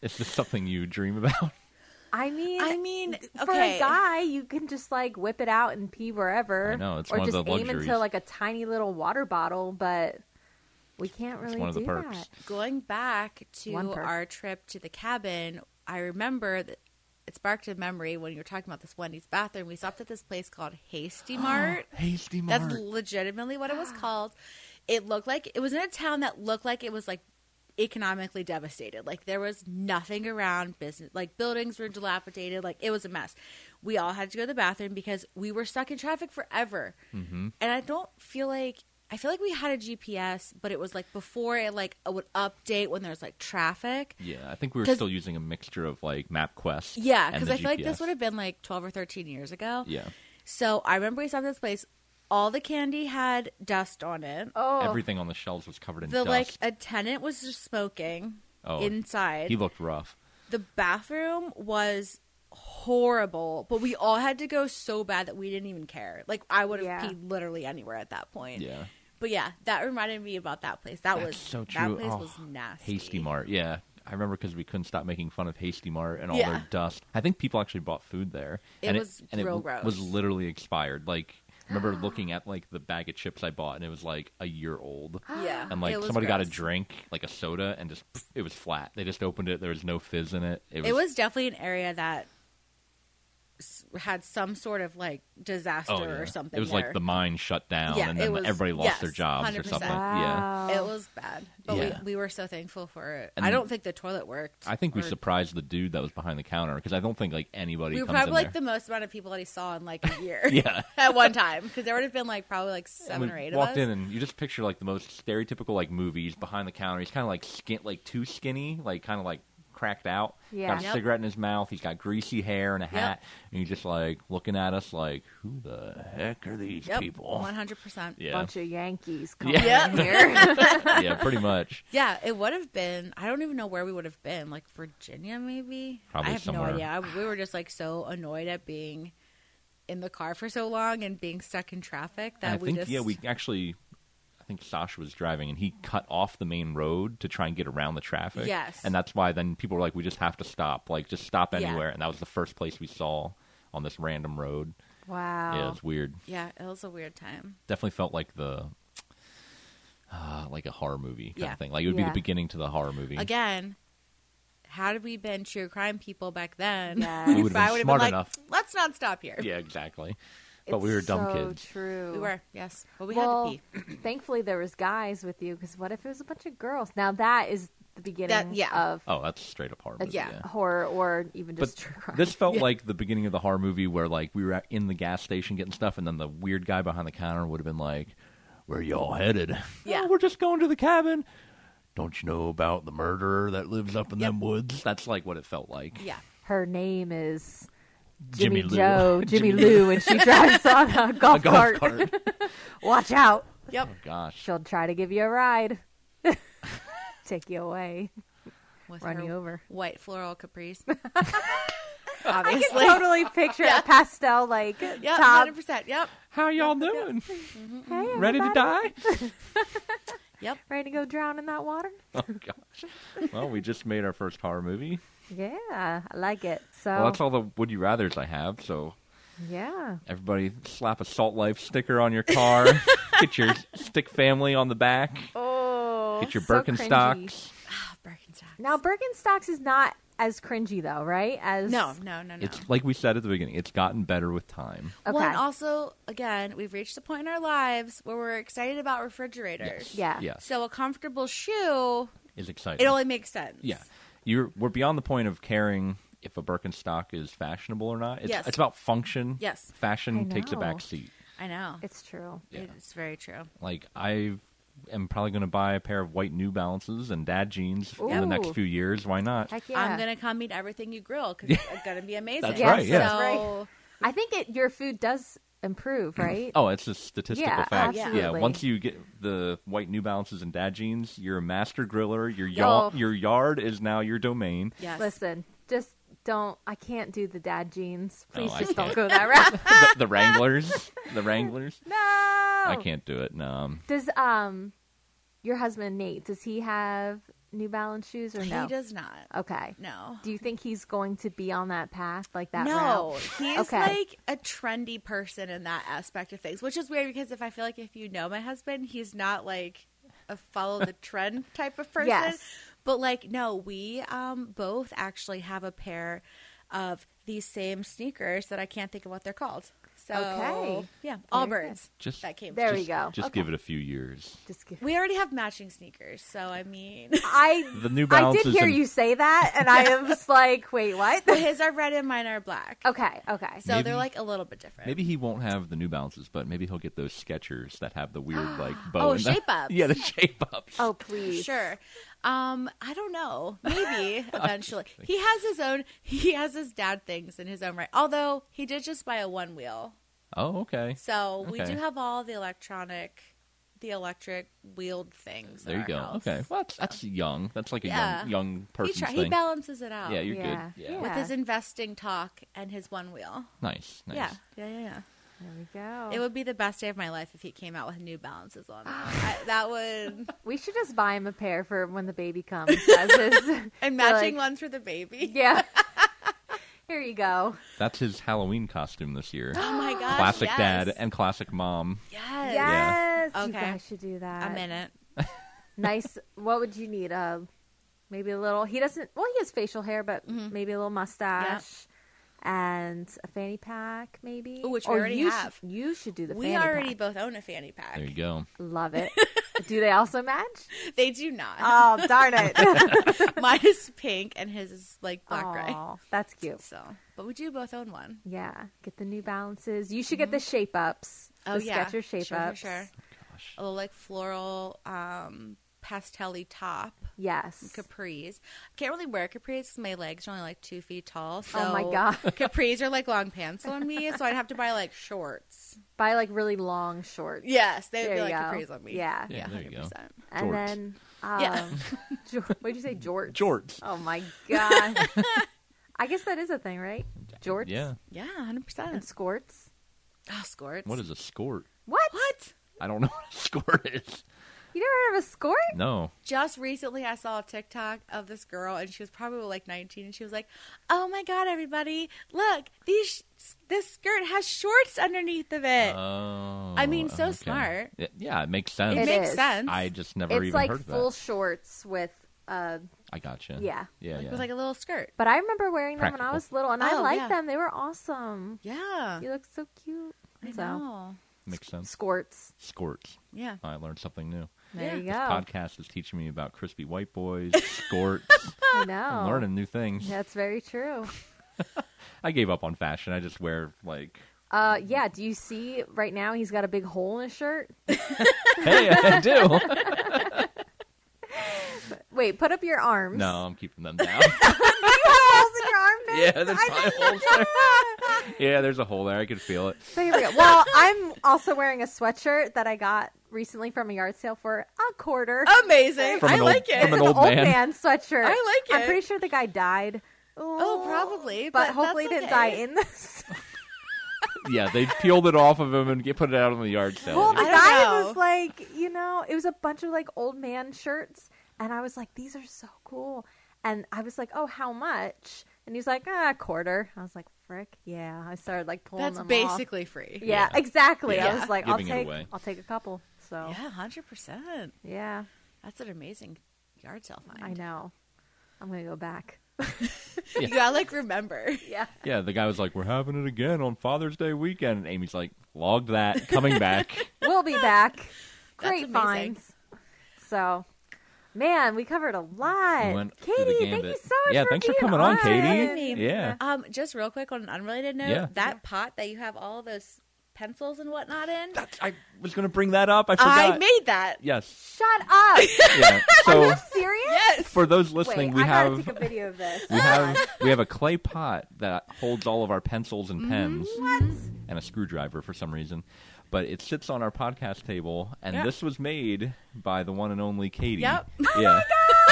[SPEAKER 1] Is this something you dream about?
[SPEAKER 2] I mean,
[SPEAKER 3] I mean, okay.
[SPEAKER 2] for a guy, you can just like whip it out and pee wherever.
[SPEAKER 1] I know, it's
[SPEAKER 2] or
[SPEAKER 1] one of
[SPEAKER 2] just
[SPEAKER 1] the
[SPEAKER 2] aim into
[SPEAKER 1] luxuries.
[SPEAKER 2] like a tiny little water bottle, but we can't
[SPEAKER 1] It's
[SPEAKER 2] really
[SPEAKER 1] one of the
[SPEAKER 2] do
[SPEAKER 1] perks.
[SPEAKER 2] that.
[SPEAKER 3] Going back to
[SPEAKER 2] One perk.
[SPEAKER 3] our trip to the cabin, I remember that it sparked a memory when you were talking about this Wendy's bathroom. We stopped at this place called Hasty Mart.
[SPEAKER 1] Hasty Mart.
[SPEAKER 3] That's legitimately what it was called. It looked like it was in a town that looked like it was like economically devastated. Like there was nothing around business. Like buildings were dilapidated. Like it was a mess. We all had to go to the bathroom because we were stuck in traffic forever. Mm-hmm. And I don't feel like I feel like we had a GPS, but it was like before it like would update when there's like traffic.
[SPEAKER 1] yeah, I think we were
[SPEAKER 3] 'Cause-
[SPEAKER 1] still using a mixture of like MapQuest.
[SPEAKER 3] Yeah,
[SPEAKER 1] and
[SPEAKER 3] because
[SPEAKER 1] the
[SPEAKER 3] I feel like
[SPEAKER 1] GPS.
[SPEAKER 3] this would have been like 12 or 13 years ago.
[SPEAKER 1] Yeah,
[SPEAKER 3] So I remember we stopped at this place. All the candy had dust on it.
[SPEAKER 2] Oh,
[SPEAKER 1] everything on the shelves was covered in
[SPEAKER 3] the
[SPEAKER 1] dust.
[SPEAKER 3] like uh, a tenant was just smoking
[SPEAKER 1] Oh,
[SPEAKER 3] inside.
[SPEAKER 1] he looked rough.
[SPEAKER 3] the bathroom was horrible, but we all had to go so bad that we didn't even care. Like I would have
[SPEAKER 2] Yeah.
[SPEAKER 3] peed literally anywhere at that point.
[SPEAKER 1] Yeah.
[SPEAKER 3] But yeah, that reminded me about that place. That
[SPEAKER 1] That's
[SPEAKER 3] was
[SPEAKER 1] so
[SPEAKER 3] That
[SPEAKER 1] true.
[SPEAKER 3] place
[SPEAKER 1] Oh,
[SPEAKER 3] was nasty.
[SPEAKER 1] Hasty Mart, yeah. I remember because we couldn't stop making fun of Hasty Mart and all
[SPEAKER 3] Yeah.
[SPEAKER 1] their dust. I think people actually bought food there.
[SPEAKER 3] It
[SPEAKER 1] and
[SPEAKER 3] was
[SPEAKER 1] and
[SPEAKER 3] real
[SPEAKER 1] it w- was
[SPEAKER 3] gross.
[SPEAKER 1] literally expired. Like, I remember looking at like the bag of chips I bought, and it was like a year old.
[SPEAKER 3] Yeah.
[SPEAKER 1] And like
[SPEAKER 3] it was
[SPEAKER 1] somebody got a
[SPEAKER 3] gross.
[SPEAKER 1] drink, like a soda, and just pff, it was flat. They just opened it. There was no fizz in it. It was,
[SPEAKER 3] It was definitely an area that s- had some sort of like disaster
[SPEAKER 1] oh, yeah.
[SPEAKER 3] or something.
[SPEAKER 1] It was like
[SPEAKER 3] there.
[SPEAKER 1] the mine shut down,
[SPEAKER 3] Yeah,
[SPEAKER 1] and
[SPEAKER 3] it
[SPEAKER 1] then
[SPEAKER 3] was-
[SPEAKER 1] everybody lost their
[SPEAKER 3] yes,
[SPEAKER 1] jobs or
[SPEAKER 3] 100%.
[SPEAKER 1] something. Yeah.
[SPEAKER 2] wow.
[SPEAKER 3] It was bad, but
[SPEAKER 1] Yeah.
[SPEAKER 3] we, we were so thankful for it.
[SPEAKER 1] And
[SPEAKER 3] I don't think the toilet worked.
[SPEAKER 1] I think we
[SPEAKER 3] or-
[SPEAKER 1] surprised the dude that was behind the counter because I don't think like anybody.
[SPEAKER 3] We were
[SPEAKER 1] comes in
[SPEAKER 3] probably like
[SPEAKER 1] there.
[SPEAKER 3] the most amount of people that he saw in like a year.
[SPEAKER 1] Yeah.
[SPEAKER 3] at one time because there would have been like probably like seven
[SPEAKER 1] we
[SPEAKER 3] or eight
[SPEAKER 1] walked
[SPEAKER 3] of us.
[SPEAKER 1] in and you just picture like the most stereotypical like movies behind the counter. He's kind of like skin, like too skinny, like kind of like cracked out.
[SPEAKER 2] Yeah.
[SPEAKER 1] Got a
[SPEAKER 3] Yep.
[SPEAKER 1] cigarette in his mouth. He's got greasy hair and a hat, and he's just like looking at us like, "Who the heck are these
[SPEAKER 3] yep,
[SPEAKER 1] people?"
[SPEAKER 3] one hundred percent.
[SPEAKER 1] Yeah,
[SPEAKER 2] bunch of Yankees coming
[SPEAKER 1] Yeah.
[SPEAKER 2] in here.
[SPEAKER 1] yeah, pretty much.
[SPEAKER 3] Yeah, it would have been. I don't even know where we would have been. Like Virginia, maybe.
[SPEAKER 1] Probably
[SPEAKER 3] I have
[SPEAKER 1] somewhere.
[SPEAKER 3] no idea. I, we were just like so annoyed at being in the car for so long and being stuck in traffic that
[SPEAKER 1] And I
[SPEAKER 3] we
[SPEAKER 1] think
[SPEAKER 3] just
[SPEAKER 1] yeah, we actually. I think Sasha was driving and he cut off the main road to try and get around the traffic.
[SPEAKER 3] Yes.
[SPEAKER 1] And that's why then people were like, we just have to stop. Like, just stop
[SPEAKER 3] Yeah.
[SPEAKER 1] anywhere. And that was the first place we saw on this random road.
[SPEAKER 3] Oh.
[SPEAKER 1] Yeah,
[SPEAKER 2] wow.
[SPEAKER 1] it's weird.
[SPEAKER 3] yeah, it was a weird time.
[SPEAKER 1] definitely felt like the uh, like a horror movie kind
[SPEAKER 3] Yeah.
[SPEAKER 1] of thing. Like it would be
[SPEAKER 2] Yeah.
[SPEAKER 1] the beginning to the horror movie.
[SPEAKER 3] Again, had we been true crime people back then,
[SPEAKER 2] Yes.
[SPEAKER 1] We would've
[SPEAKER 3] I
[SPEAKER 1] been
[SPEAKER 3] would have been
[SPEAKER 1] smart
[SPEAKER 3] like,
[SPEAKER 1] enough.
[SPEAKER 3] let's not stop here.
[SPEAKER 1] Yeah, exactly. But we were
[SPEAKER 2] It's
[SPEAKER 1] dumb
[SPEAKER 2] so
[SPEAKER 1] kids.
[SPEAKER 2] True.
[SPEAKER 3] We were, yes, but we
[SPEAKER 2] well,
[SPEAKER 3] had to pee.
[SPEAKER 2] thankfully there was guys with you because what if it was a bunch of girls? Now that is the beginning
[SPEAKER 4] That- yeah.
[SPEAKER 2] of
[SPEAKER 1] Oh, that's straight up horror
[SPEAKER 2] a
[SPEAKER 1] movie.
[SPEAKER 4] yeah.
[SPEAKER 2] horror or even
[SPEAKER 1] But
[SPEAKER 2] just Oh, true crime.
[SPEAKER 1] this felt like the beginning of the horror movie where like we were at- in the gas station getting stuff, and then the weird guy behind the counter would have been like, "Where y'all headed?
[SPEAKER 4] Yeah.
[SPEAKER 1] "Oh, we're just going to the cabin. Don't you know about the murderer that lives up in them woods? That's like what it felt like.
[SPEAKER 4] Yeah.
[SPEAKER 2] Her name is
[SPEAKER 1] Jimmy
[SPEAKER 2] Jimmy,
[SPEAKER 1] Lou.
[SPEAKER 2] Joe, Jimmy,
[SPEAKER 1] Jimmy
[SPEAKER 2] Lou, and she drives on a golf,
[SPEAKER 1] A golf cart.
[SPEAKER 2] Watch out.
[SPEAKER 4] Yep.
[SPEAKER 1] oh gosh.
[SPEAKER 2] She'll try to give you a ride. Take you away.
[SPEAKER 3] with
[SPEAKER 2] Run
[SPEAKER 3] her
[SPEAKER 2] you over.
[SPEAKER 3] white floral capris.
[SPEAKER 4] Obviously.
[SPEAKER 2] Totally picture a pastel like
[SPEAKER 4] Yep,
[SPEAKER 2] top.
[SPEAKER 4] hundred percent. Yep.
[SPEAKER 1] How y'all doing?
[SPEAKER 2] Hey,
[SPEAKER 1] Ready to
[SPEAKER 2] everybody.
[SPEAKER 1] die?
[SPEAKER 3] yep.
[SPEAKER 2] Ready to go drown in that water?
[SPEAKER 1] Oh gosh. Well, we just made our first horror movie.
[SPEAKER 2] Yeah, I like it. So
[SPEAKER 1] Well, that's all the would you rather's I have. So
[SPEAKER 2] yeah,
[SPEAKER 1] everybody, slap a Salt Life sticker on your car. get your stick family on the back.
[SPEAKER 2] oh,
[SPEAKER 1] Get your
[SPEAKER 2] so cringy.
[SPEAKER 1] Birkenstocks.
[SPEAKER 3] Ah, Birkenstocks.
[SPEAKER 2] Now Birkenstocks is not as cringy though, right? As
[SPEAKER 3] No, no, no, no.
[SPEAKER 1] It's like we said at the beginning. It's gotten better with time.
[SPEAKER 2] okay,
[SPEAKER 3] Well, and also, again, we've reached a point in our lives where we're excited about refrigerators.
[SPEAKER 2] yeah,
[SPEAKER 1] Yeah,
[SPEAKER 3] So a comfortable shoe,
[SPEAKER 1] is exciting.
[SPEAKER 3] it only makes sense.
[SPEAKER 1] yeah, you're we're beyond the point of caring if a Birkenstock is fashionable or not. It's,
[SPEAKER 3] Yes.
[SPEAKER 1] it's about function.
[SPEAKER 3] Yes.
[SPEAKER 1] fashion
[SPEAKER 2] I
[SPEAKER 1] takes a
[SPEAKER 2] know.
[SPEAKER 1] back seat.
[SPEAKER 3] I know.
[SPEAKER 2] It's true.
[SPEAKER 1] Yeah.
[SPEAKER 3] It's very true.
[SPEAKER 1] Like I am probably going to buy a pair of white New Balances and dad jeans in the next
[SPEAKER 2] Ooh.
[SPEAKER 1] few years. Why not?
[SPEAKER 2] Heck yeah.
[SPEAKER 3] I'm gonna come eat everything you grill because it's gonna be amazing.
[SPEAKER 1] That's
[SPEAKER 2] Yes,
[SPEAKER 1] right, yeah.
[SPEAKER 2] that's
[SPEAKER 3] So
[SPEAKER 2] I think it, your food does improve, right?
[SPEAKER 1] Oh, it's a statistical
[SPEAKER 2] Yeah,
[SPEAKER 1] fact. Yeah,
[SPEAKER 2] absolutely.
[SPEAKER 1] once you get the white New Balances and dad jeans, you're a master griller. Your ya-
[SPEAKER 2] Yo.
[SPEAKER 1] your yard is now your domain.
[SPEAKER 3] yes.
[SPEAKER 2] Listen, just don't. I can't do the dad jeans.
[SPEAKER 1] No,
[SPEAKER 2] Please
[SPEAKER 1] I
[SPEAKER 2] just
[SPEAKER 1] can't.
[SPEAKER 2] don't go that route.
[SPEAKER 1] the, the Wranglers, the Wranglers.
[SPEAKER 2] no, Oh.
[SPEAKER 1] I can't do it. No, um,
[SPEAKER 2] Does um, your husband Nate? Does he have New Balance shoes or no?
[SPEAKER 3] He does not.
[SPEAKER 2] Okay.
[SPEAKER 3] No.
[SPEAKER 2] Do you think he's going to be on that path like that?
[SPEAKER 3] no,
[SPEAKER 2] route?
[SPEAKER 3] he's
[SPEAKER 2] Okay.
[SPEAKER 3] like a trendy person in that aspect of things, which is weird because if I feel like if you know my husband, he's not like a follow the trend type of person.
[SPEAKER 2] Yes.
[SPEAKER 3] But like, no, we um, both actually have a pair of these same sneakers that I can't think of what they're called. So
[SPEAKER 2] Okay.
[SPEAKER 3] yeah,
[SPEAKER 2] Very
[SPEAKER 3] Allbirds.
[SPEAKER 1] Just-
[SPEAKER 3] that came.
[SPEAKER 2] There
[SPEAKER 3] from-
[SPEAKER 2] we go.
[SPEAKER 1] Just
[SPEAKER 2] Okay.
[SPEAKER 1] give it a few years.
[SPEAKER 2] Just kidding.
[SPEAKER 3] We already have matching sneakers, so I mean,
[SPEAKER 2] I
[SPEAKER 1] The New
[SPEAKER 2] I
[SPEAKER 1] Balance
[SPEAKER 2] did
[SPEAKER 1] is
[SPEAKER 2] hear
[SPEAKER 1] in-
[SPEAKER 2] you say that, and I was like, wait, what?
[SPEAKER 3] Well, his are red and mine are black.
[SPEAKER 2] okay, okay.
[SPEAKER 3] So
[SPEAKER 1] Maybe-
[SPEAKER 3] they're like a little bit different.
[SPEAKER 1] Maybe he won't have the New Balances, but maybe he'll get those Skechers that have the weird like bow.
[SPEAKER 3] Oh,
[SPEAKER 1] in the-
[SPEAKER 3] shape-ups.
[SPEAKER 1] Yeah, the shape ups.
[SPEAKER 2] oh please,
[SPEAKER 3] Sure. Um, I don't know. Maybe eventually. he has his own he has his dad things in his own right. Although he did just buy a one wheel.
[SPEAKER 1] Oh, okay.
[SPEAKER 3] So we
[SPEAKER 1] Okay.
[SPEAKER 3] do have all the electronic the electric wheeled things. in
[SPEAKER 1] There you
[SPEAKER 3] our
[SPEAKER 1] go.
[SPEAKER 3] house.
[SPEAKER 1] Okay, well, that's, that's young. That's like a
[SPEAKER 3] Yeah.
[SPEAKER 1] young young
[SPEAKER 3] He,
[SPEAKER 1] person
[SPEAKER 3] try, he
[SPEAKER 1] thing.
[SPEAKER 3] balances it out
[SPEAKER 1] yeah, you're
[SPEAKER 2] Yeah.
[SPEAKER 1] good. Yeah,
[SPEAKER 2] Yeah.
[SPEAKER 3] with his investing talk and his one wheel.
[SPEAKER 1] nice, nice.
[SPEAKER 3] Yeah. Yeah, yeah, yeah.
[SPEAKER 2] There we go.
[SPEAKER 3] It would be the best day of my life if he came out with new balances on. I, that would
[SPEAKER 2] we should just buy him a pair for when the baby comes. as his-
[SPEAKER 3] and matching
[SPEAKER 2] like-
[SPEAKER 3] ones for the baby.
[SPEAKER 2] yeah. Here you go.
[SPEAKER 1] That's his Halloween costume this year.
[SPEAKER 3] Oh my gosh.
[SPEAKER 1] classic
[SPEAKER 3] yes.
[SPEAKER 1] dad and classic mom.
[SPEAKER 3] Yes.
[SPEAKER 2] Yes,
[SPEAKER 3] Yeah.
[SPEAKER 2] you
[SPEAKER 3] Okay.
[SPEAKER 2] guys should do that.
[SPEAKER 3] I'm in it.
[SPEAKER 2] Nice. What would you need? Uh, maybe a little. He doesn't. Well, he has facial hair, but
[SPEAKER 3] Mm-hmm.
[SPEAKER 2] maybe a little mustache and a fanny pack, maybe.
[SPEAKER 3] Ooh, which we
[SPEAKER 2] Or
[SPEAKER 3] already
[SPEAKER 2] you
[SPEAKER 3] have.
[SPEAKER 2] Should, you should do the.
[SPEAKER 3] We
[SPEAKER 2] fanny
[SPEAKER 3] already
[SPEAKER 2] pack.
[SPEAKER 3] both own a fanny pack.
[SPEAKER 1] There you go.
[SPEAKER 2] Love it. Do they also match?
[SPEAKER 3] They do not.
[SPEAKER 2] Oh, darn it.
[SPEAKER 3] Mine is pink and his is like black gray.
[SPEAKER 2] Aw, that's cute.
[SPEAKER 3] So, but we do both own one.
[SPEAKER 2] Yeah. Get the new balances. You should get the shape ups.
[SPEAKER 3] Mm-hmm. Oh
[SPEAKER 2] the
[SPEAKER 3] yeah,
[SPEAKER 2] Sketcher shape
[SPEAKER 3] sure,
[SPEAKER 2] ups.
[SPEAKER 3] sure, sure.
[SPEAKER 1] Gosh.
[SPEAKER 3] A little like floral, um, pastelly top
[SPEAKER 2] Yes.
[SPEAKER 3] capris. I can't really wear capris because my legs are only like two feet tall. So
[SPEAKER 2] Oh, my God.
[SPEAKER 3] capris are like long pants on me, so I'd have to buy like shorts.
[SPEAKER 2] Buy like really long shorts.
[SPEAKER 3] Yes, they would
[SPEAKER 2] There
[SPEAKER 3] be
[SPEAKER 2] you
[SPEAKER 3] like
[SPEAKER 2] go.
[SPEAKER 3] capris on me.
[SPEAKER 2] Yeah.
[SPEAKER 3] yeah,
[SPEAKER 1] Yeah, there you
[SPEAKER 3] hundred
[SPEAKER 1] go.
[SPEAKER 3] percent.
[SPEAKER 2] And
[SPEAKER 1] Jorts.
[SPEAKER 2] then, um,
[SPEAKER 3] Yeah.
[SPEAKER 2] jo- what'd you say, jorts?
[SPEAKER 1] Jorts.
[SPEAKER 2] Oh my god! I guess that is a thing, right? Jorts,
[SPEAKER 1] Yeah.
[SPEAKER 3] Yeah, hundred
[SPEAKER 2] and
[SPEAKER 3] percent.
[SPEAKER 2] skorts.
[SPEAKER 3] Oh, skirts.
[SPEAKER 1] What is a skort?
[SPEAKER 2] What?
[SPEAKER 3] what?
[SPEAKER 1] I don't know what a skort is.
[SPEAKER 2] You never heard of a skort?
[SPEAKER 1] No.
[SPEAKER 3] just recently I saw a TikTok of this girl and she was probably like 19 and she was like, "Oh my god, everybody, look, these this skirt has shorts underneath of it."
[SPEAKER 1] Oh.
[SPEAKER 3] I mean, so
[SPEAKER 1] okay.
[SPEAKER 3] smart.
[SPEAKER 1] Yeah, yeah, it makes
[SPEAKER 3] it,
[SPEAKER 1] sense.
[SPEAKER 2] It
[SPEAKER 3] makes
[SPEAKER 2] is.
[SPEAKER 3] sense.
[SPEAKER 1] I just never
[SPEAKER 2] it's
[SPEAKER 1] even
[SPEAKER 2] like
[SPEAKER 1] heard of
[SPEAKER 2] full
[SPEAKER 1] that.
[SPEAKER 2] shorts with. Uh,
[SPEAKER 1] I gotcha.
[SPEAKER 2] Yeah.
[SPEAKER 1] Yeah.
[SPEAKER 3] like,
[SPEAKER 1] yeah.
[SPEAKER 3] with like a little skirt.
[SPEAKER 2] but I remember wearing them when I
[SPEAKER 1] Practical.
[SPEAKER 2] was little, and I
[SPEAKER 3] Oh,
[SPEAKER 2] liked
[SPEAKER 3] yeah.
[SPEAKER 2] them. They were awesome.
[SPEAKER 3] Yeah.
[SPEAKER 2] You look so cute.
[SPEAKER 3] I
[SPEAKER 2] so
[SPEAKER 3] know.
[SPEAKER 1] makes sense.
[SPEAKER 2] skorts.
[SPEAKER 1] Skorts.
[SPEAKER 3] Yeah.
[SPEAKER 1] I learned something new.
[SPEAKER 2] There you go.
[SPEAKER 1] Podcast is teaching me about crispy white boys, skirts.
[SPEAKER 2] I know.
[SPEAKER 3] Oh.
[SPEAKER 1] I'm learning new things.
[SPEAKER 2] That's very true.
[SPEAKER 1] I gave up on fashion. I just wear like,
[SPEAKER 2] Uh, yeah. Do you see right now? He's got a big hole in his shirt.
[SPEAKER 1] hey, I do.
[SPEAKER 2] Wait, put up your arms.
[SPEAKER 1] no, I'm keeping them down.
[SPEAKER 2] Holes in your armpit.
[SPEAKER 1] yeah, there's probably holes there. Yeah, there's a hole there. I could feel it.
[SPEAKER 2] So here we go. Well, I'm also wearing a sweatshirt that I got recently from a yard sale for a quarter.
[SPEAKER 3] Amazing.
[SPEAKER 1] From
[SPEAKER 3] I
[SPEAKER 1] an old-
[SPEAKER 3] like
[SPEAKER 1] from
[SPEAKER 3] it.
[SPEAKER 1] an
[SPEAKER 2] The
[SPEAKER 1] old man.
[SPEAKER 2] sweatshirt.
[SPEAKER 3] Oh, I like
[SPEAKER 2] I'm
[SPEAKER 3] it.
[SPEAKER 2] pretty sure the guy died.
[SPEAKER 3] Oh, probably,
[SPEAKER 2] but,
[SPEAKER 3] but
[SPEAKER 2] hopefully he
[SPEAKER 3] that's
[SPEAKER 2] didn't die
[SPEAKER 3] okay.
[SPEAKER 2] in this.
[SPEAKER 1] Yeah, they peeled it off of him and get, put it out on the yard sale.
[SPEAKER 2] Well, the
[SPEAKER 3] I don't
[SPEAKER 2] guy
[SPEAKER 3] know.
[SPEAKER 2] was like, you know, it was a bunch of like old man shirts, and I was like, these are so cool. And I was like, oh, how much? And he's like, ah, a quarter. I was like, frick, yeah. I started like pulling
[SPEAKER 3] That's
[SPEAKER 2] them off.
[SPEAKER 3] basically free.
[SPEAKER 2] yeah, exactly. I
[SPEAKER 3] Yeah.
[SPEAKER 2] was like, I'll
[SPEAKER 1] Giving it
[SPEAKER 2] take,
[SPEAKER 1] away.
[SPEAKER 2] I'll take a couple. So
[SPEAKER 3] Yeah, hundred percent.
[SPEAKER 2] yeah.
[SPEAKER 3] That's an amazing yard sale find.
[SPEAKER 2] I know. I'm gonna go back.
[SPEAKER 3] You gotta like remember.
[SPEAKER 2] Yeah.
[SPEAKER 1] yeah, the guy was like, "We're having it again on Father's Day weekend," and Amy's like, "Logged that, coming back."
[SPEAKER 2] We'll be back. Great
[SPEAKER 3] amazing.
[SPEAKER 2] finds. So man, we covered a lot.
[SPEAKER 1] We went through the
[SPEAKER 2] Katie, thank you
[SPEAKER 1] gambit.
[SPEAKER 2] so much.
[SPEAKER 1] Yeah,
[SPEAKER 2] for
[SPEAKER 1] thanks for
[SPEAKER 2] being
[SPEAKER 1] coming on, Katie.
[SPEAKER 3] Name.
[SPEAKER 1] Yeah.
[SPEAKER 3] Um, just real quick on an unrelated note,
[SPEAKER 1] Yeah.
[SPEAKER 3] that pot that you have all those pencils and whatnot in,
[SPEAKER 1] That's, I was going to bring that up. I forgot.
[SPEAKER 3] I made that.
[SPEAKER 1] yes.
[SPEAKER 2] Shut up.
[SPEAKER 1] Yeah.
[SPEAKER 2] Are
[SPEAKER 1] So
[SPEAKER 2] you serious?
[SPEAKER 3] Yes.
[SPEAKER 1] for those
[SPEAKER 2] Wait,
[SPEAKER 1] listening,
[SPEAKER 2] I
[SPEAKER 1] we
[SPEAKER 2] gotta
[SPEAKER 1] have
[SPEAKER 2] take a video of this.
[SPEAKER 1] we have we have a clay pot that holds all of our pencils and pens
[SPEAKER 3] Mm-hmm.
[SPEAKER 1] and a screwdriver for some reason. But it sits on our podcast table, and
[SPEAKER 3] Yeah.
[SPEAKER 1] this was made by the one and only Katie.
[SPEAKER 3] Yep.
[SPEAKER 1] yeah.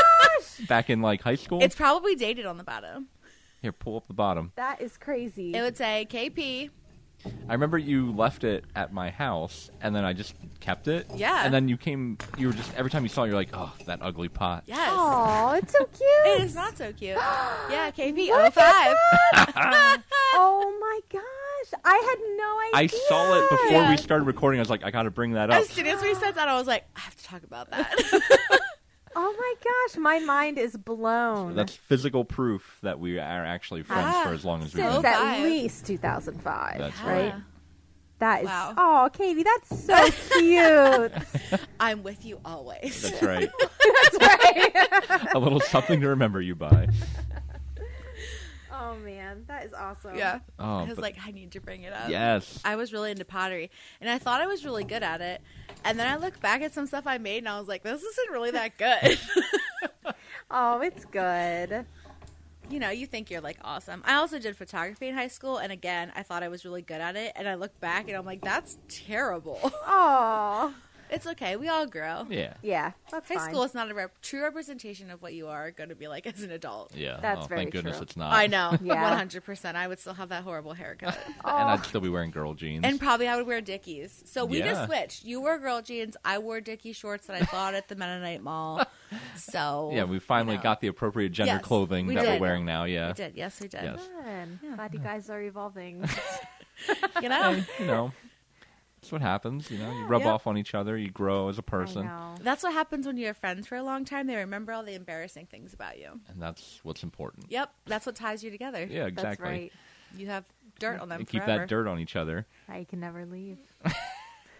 [SPEAKER 1] Back in like high school.
[SPEAKER 3] It's probably dated on the bottom.
[SPEAKER 1] Here, pull up the bottom.
[SPEAKER 2] That is crazy.
[SPEAKER 3] It would say KP.
[SPEAKER 1] I remember you left it at my house, and then I just kept it.
[SPEAKER 3] Yeah.
[SPEAKER 1] And then you came. You were just every time you saw it, you're like, "Oh, that ugly pot."
[SPEAKER 3] Yes.
[SPEAKER 2] Oh, it's so cute.
[SPEAKER 3] It is not so cute. yeah,
[SPEAKER 2] Look
[SPEAKER 3] KP05.
[SPEAKER 2] at oh my gosh. I had no
[SPEAKER 1] I
[SPEAKER 2] idea.
[SPEAKER 1] saw it before
[SPEAKER 3] Yeah.
[SPEAKER 1] we started recording. I was like, "I got to bring that up."
[SPEAKER 3] As soon as we said that, I was like, I have to talk about that.
[SPEAKER 2] Oh my gosh, my mind is blown.
[SPEAKER 1] That's physical proof that we are actually friends
[SPEAKER 3] Ah,
[SPEAKER 1] for as long as we've been.
[SPEAKER 3] so
[SPEAKER 2] Since at
[SPEAKER 3] Five.
[SPEAKER 2] least 2005,
[SPEAKER 1] That's
[SPEAKER 2] right?
[SPEAKER 1] right.
[SPEAKER 3] Ah,
[SPEAKER 2] That is.
[SPEAKER 3] Wow.
[SPEAKER 2] Oh, Katie, that's so cute.
[SPEAKER 3] I'm with you always.
[SPEAKER 1] That's right.
[SPEAKER 2] that's right.
[SPEAKER 1] a little something to remember you by.
[SPEAKER 2] oh man, that is awesome.
[SPEAKER 3] Yeah.
[SPEAKER 1] Oh,
[SPEAKER 3] I was
[SPEAKER 1] but-
[SPEAKER 3] like, I need to bring it up.
[SPEAKER 1] Yes.
[SPEAKER 3] I was really into pottery and I thought I was really good at it. And then I look back at some stuff I made and I was like, this isn't really that good.
[SPEAKER 2] Oh, it's good.
[SPEAKER 3] you know, you think you're like awesome. I also did photography in high school and again, I thought I was really good at it. And I look back and I'm like, that's terrible.
[SPEAKER 2] Oh,
[SPEAKER 3] it's okay. We all grow.
[SPEAKER 1] Yeah.
[SPEAKER 2] yeah. That's
[SPEAKER 3] High
[SPEAKER 2] fine.
[SPEAKER 3] school is not a rep- true representation of what you are going to be like as an adult.
[SPEAKER 1] Yeah.
[SPEAKER 2] That's
[SPEAKER 1] oh,
[SPEAKER 2] very
[SPEAKER 1] thank goodness
[SPEAKER 2] true.
[SPEAKER 1] it's not.
[SPEAKER 3] I know,
[SPEAKER 2] Yeah.
[SPEAKER 3] one hundred percent. I would still have that horrible haircut,
[SPEAKER 1] And
[SPEAKER 2] Oh,
[SPEAKER 1] I'd still be wearing girl jeans.
[SPEAKER 3] and probably I would wear Dickies. So we
[SPEAKER 1] Yeah.
[SPEAKER 3] just switched. You wore girl jeans. I wore Dickie shorts that I bought at the Mennonite Mall. So
[SPEAKER 1] yeah, we finally
[SPEAKER 3] you know.
[SPEAKER 1] got the appropriate gender
[SPEAKER 3] Yes,
[SPEAKER 1] clothing
[SPEAKER 3] we
[SPEAKER 1] that we're
[SPEAKER 3] did.
[SPEAKER 1] wearing now.
[SPEAKER 3] We
[SPEAKER 1] Yeah.
[SPEAKER 3] did. Yes, we did.
[SPEAKER 1] Yes.
[SPEAKER 2] fun. Glad you guys are evolving.
[SPEAKER 3] You know,
[SPEAKER 1] You know, that's what happens. You know, you rub
[SPEAKER 3] Yeah.
[SPEAKER 1] off on each other. You grow as a person,
[SPEAKER 2] I know.
[SPEAKER 3] that's what happens when you have friends for a long time. They remember all the embarrassing things about you.
[SPEAKER 1] and that's what's important.
[SPEAKER 3] Yep, that's what ties you together.
[SPEAKER 1] Yeah,
[SPEAKER 2] That's
[SPEAKER 1] exactly.
[SPEAKER 2] right.
[SPEAKER 3] You have dirt on them.
[SPEAKER 1] And keep
[SPEAKER 3] forever.
[SPEAKER 1] that dirt on each other.
[SPEAKER 2] I can never leave.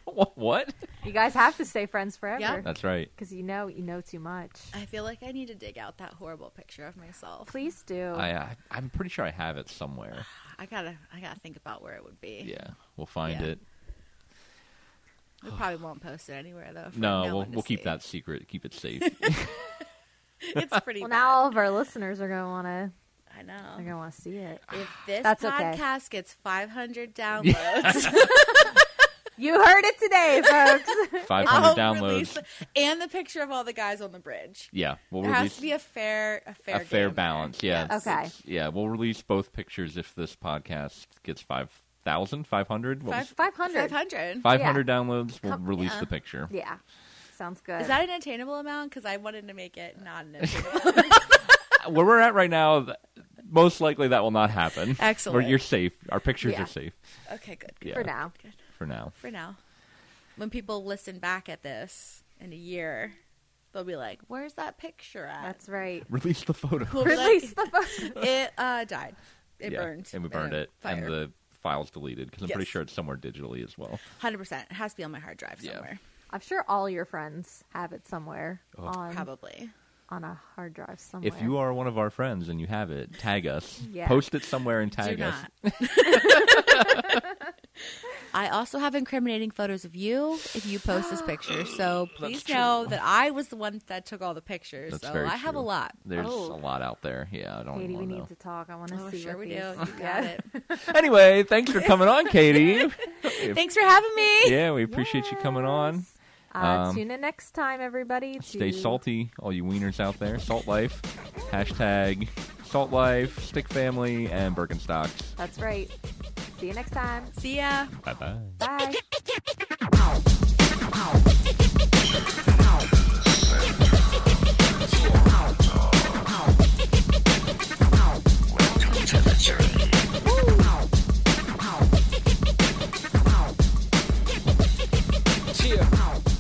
[SPEAKER 1] what?
[SPEAKER 2] You guys have to stay friends forever.
[SPEAKER 1] That's right.
[SPEAKER 2] Because you know, you know too much.
[SPEAKER 3] I feel like I need to dig out that horrible picture of myself.
[SPEAKER 2] Please
[SPEAKER 3] Oh.
[SPEAKER 2] do.
[SPEAKER 1] I, I I'm pretty sure I have it somewhere.
[SPEAKER 3] I gotta, I gotta think about where it would be.
[SPEAKER 1] Yeah, we'll find
[SPEAKER 3] Yeah.
[SPEAKER 1] it.
[SPEAKER 3] We probably won't post it anywhere though. for
[SPEAKER 1] No, we'll
[SPEAKER 3] one to
[SPEAKER 1] we'll keep
[SPEAKER 3] see.
[SPEAKER 1] that secret. Keep it safe.
[SPEAKER 3] It's pretty.
[SPEAKER 2] well,
[SPEAKER 3] bad.
[SPEAKER 2] now all of our listeners are gonna wanna.
[SPEAKER 3] I
[SPEAKER 2] They're
[SPEAKER 3] know.
[SPEAKER 2] gonna wanna see it.
[SPEAKER 3] If this
[SPEAKER 2] That's okay.
[SPEAKER 3] podcast gets 500 downloads,
[SPEAKER 2] You heard it today, folks.
[SPEAKER 1] Five
[SPEAKER 3] I'll
[SPEAKER 1] hundred downloads.
[SPEAKER 3] release and the picture of all the guys on the bridge.
[SPEAKER 1] Yeah, we'll
[SPEAKER 3] There has
[SPEAKER 1] release
[SPEAKER 3] to be a fair, a fair,
[SPEAKER 1] a fair
[SPEAKER 3] game.
[SPEAKER 1] balance. Yeah.
[SPEAKER 2] Yes. Okay.
[SPEAKER 1] it's- Yeah, we'll release both pictures if this podcast gets 5,000, 500? What was-
[SPEAKER 2] Five hundred.
[SPEAKER 3] 500.
[SPEAKER 1] 500 downloads. We'll
[SPEAKER 2] Come-
[SPEAKER 1] release
[SPEAKER 3] yeah.
[SPEAKER 1] the picture.
[SPEAKER 2] Yeah, sounds good.
[SPEAKER 3] Is that an attainable amount? Because I wanted to make it not an attainable.
[SPEAKER 1] Where we're at right now, th- most likely that will not happen.
[SPEAKER 3] Excellent.
[SPEAKER 1] We're- you're safe. Our pictures
[SPEAKER 2] Yeah.
[SPEAKER 1] are safe
[SPEAKER 3] okay, good. good.
[SPEAKER 1] Yeah.
[SPEAKER 2] for now?
[SPEAKER 3] Good.
[SPEAKER 1] for now.
[SPEAKER 3] For now, when people listen back at this in a year, they'll be like, "Where's that picture at?"
[SPEAKER 2] That's right.
[SPEAKER 1] Release the photo.
[SPEAKER 3] We'll be like,
[SPEAKER 2] Release the phone.
[SPEAKER 3] it uh, died. It
[SPEAKER 1] Yeah,
[SPEAKER 3] burned.
[SPEAKER 1] And we burned it.
[SPEAKER 3] Fire.
[SPEAKER 1] And the file's deleted because I'm pretty
[SPEAKER 3] Yes.
[SPEAKER 1] sure it's somewhere digitally as well.
[SPEAKER 3] Hundred percent. It has to be on my hard drive
[SPEAKER 1] Yeah.
[SPEAKER 3] somewhere.
[SPEAKER 2] I'm sure all your friends have it somewhere
[SPEAKER 1] Oh.
[SPEAKER 2] on
[SPEAKER 3] Probably.
[SPEAKER 2] on a hard drive somewhere.
[SPEAKER 1] If you are one of our friends and you have it, tag us.
[SPEAKER 2] Yeah.
[SPEAKER 1] Post it somewhere and tag
[SPEAKER 3] Do
[SPEAKER 1] us.
[SPEAKER 3] not. I also have incriminating photos of you if you post this picture. So please know that I was the one that took all the pictures.
[SPEAKER 1] That's
[SPEAKER 3] so
[SPEAKER 1] very
[SPEAKER 3] I have a
[SPEAKER 1] true.
[SPEAKER 3] lot.
[SPEAKER 1] There's
[SPEAKER 2] Oh.
[SPEAKER 1] a lot out there. Yeah, I don't
[SPEAKER 2] Katie, we
[SPEAKER 1] even
[SPEAKER 2] need
[SPEAKER 1] know.
[SPEAKER 2] to talk. I want to
[SPEAKER 3] Oh,
[SPEAKER 2] see.
[SPEAKER 3] sure
[SPEAKER 2] what
[SPEAKER 3] we do.
[SPEAKER 2] these-
[SPEAKER 3] You got
[SPEAKER 2] Yeah.
[SPEAKER 3] it.
[SPEAKER 1] Anyway, thanks for coming on, Katie.
[SPEAKER 3] Thanks for having me.
[SPEAKER 1] yeah, we appreciate you coming on.
[SPEAKER 2] Yes. Uh,
[SPEAKER 1] Um,
[SPEAKER 2] tune in next time, everybody.
[SPEAKER 1] Stay
[SPEAKER 2] to-
[SPEAKER 1] salty, all you wieners out there. Salt life. Hashtag salt life, stick family, and Birkenstocks.
[SPEAKER 2] That's right. See you next time.
[SPEAKER 3] See ya.
[SPEAKER 1] Bye bye.
[SPEAKER 2] Bye.
[SPEAKER 5] Cheer.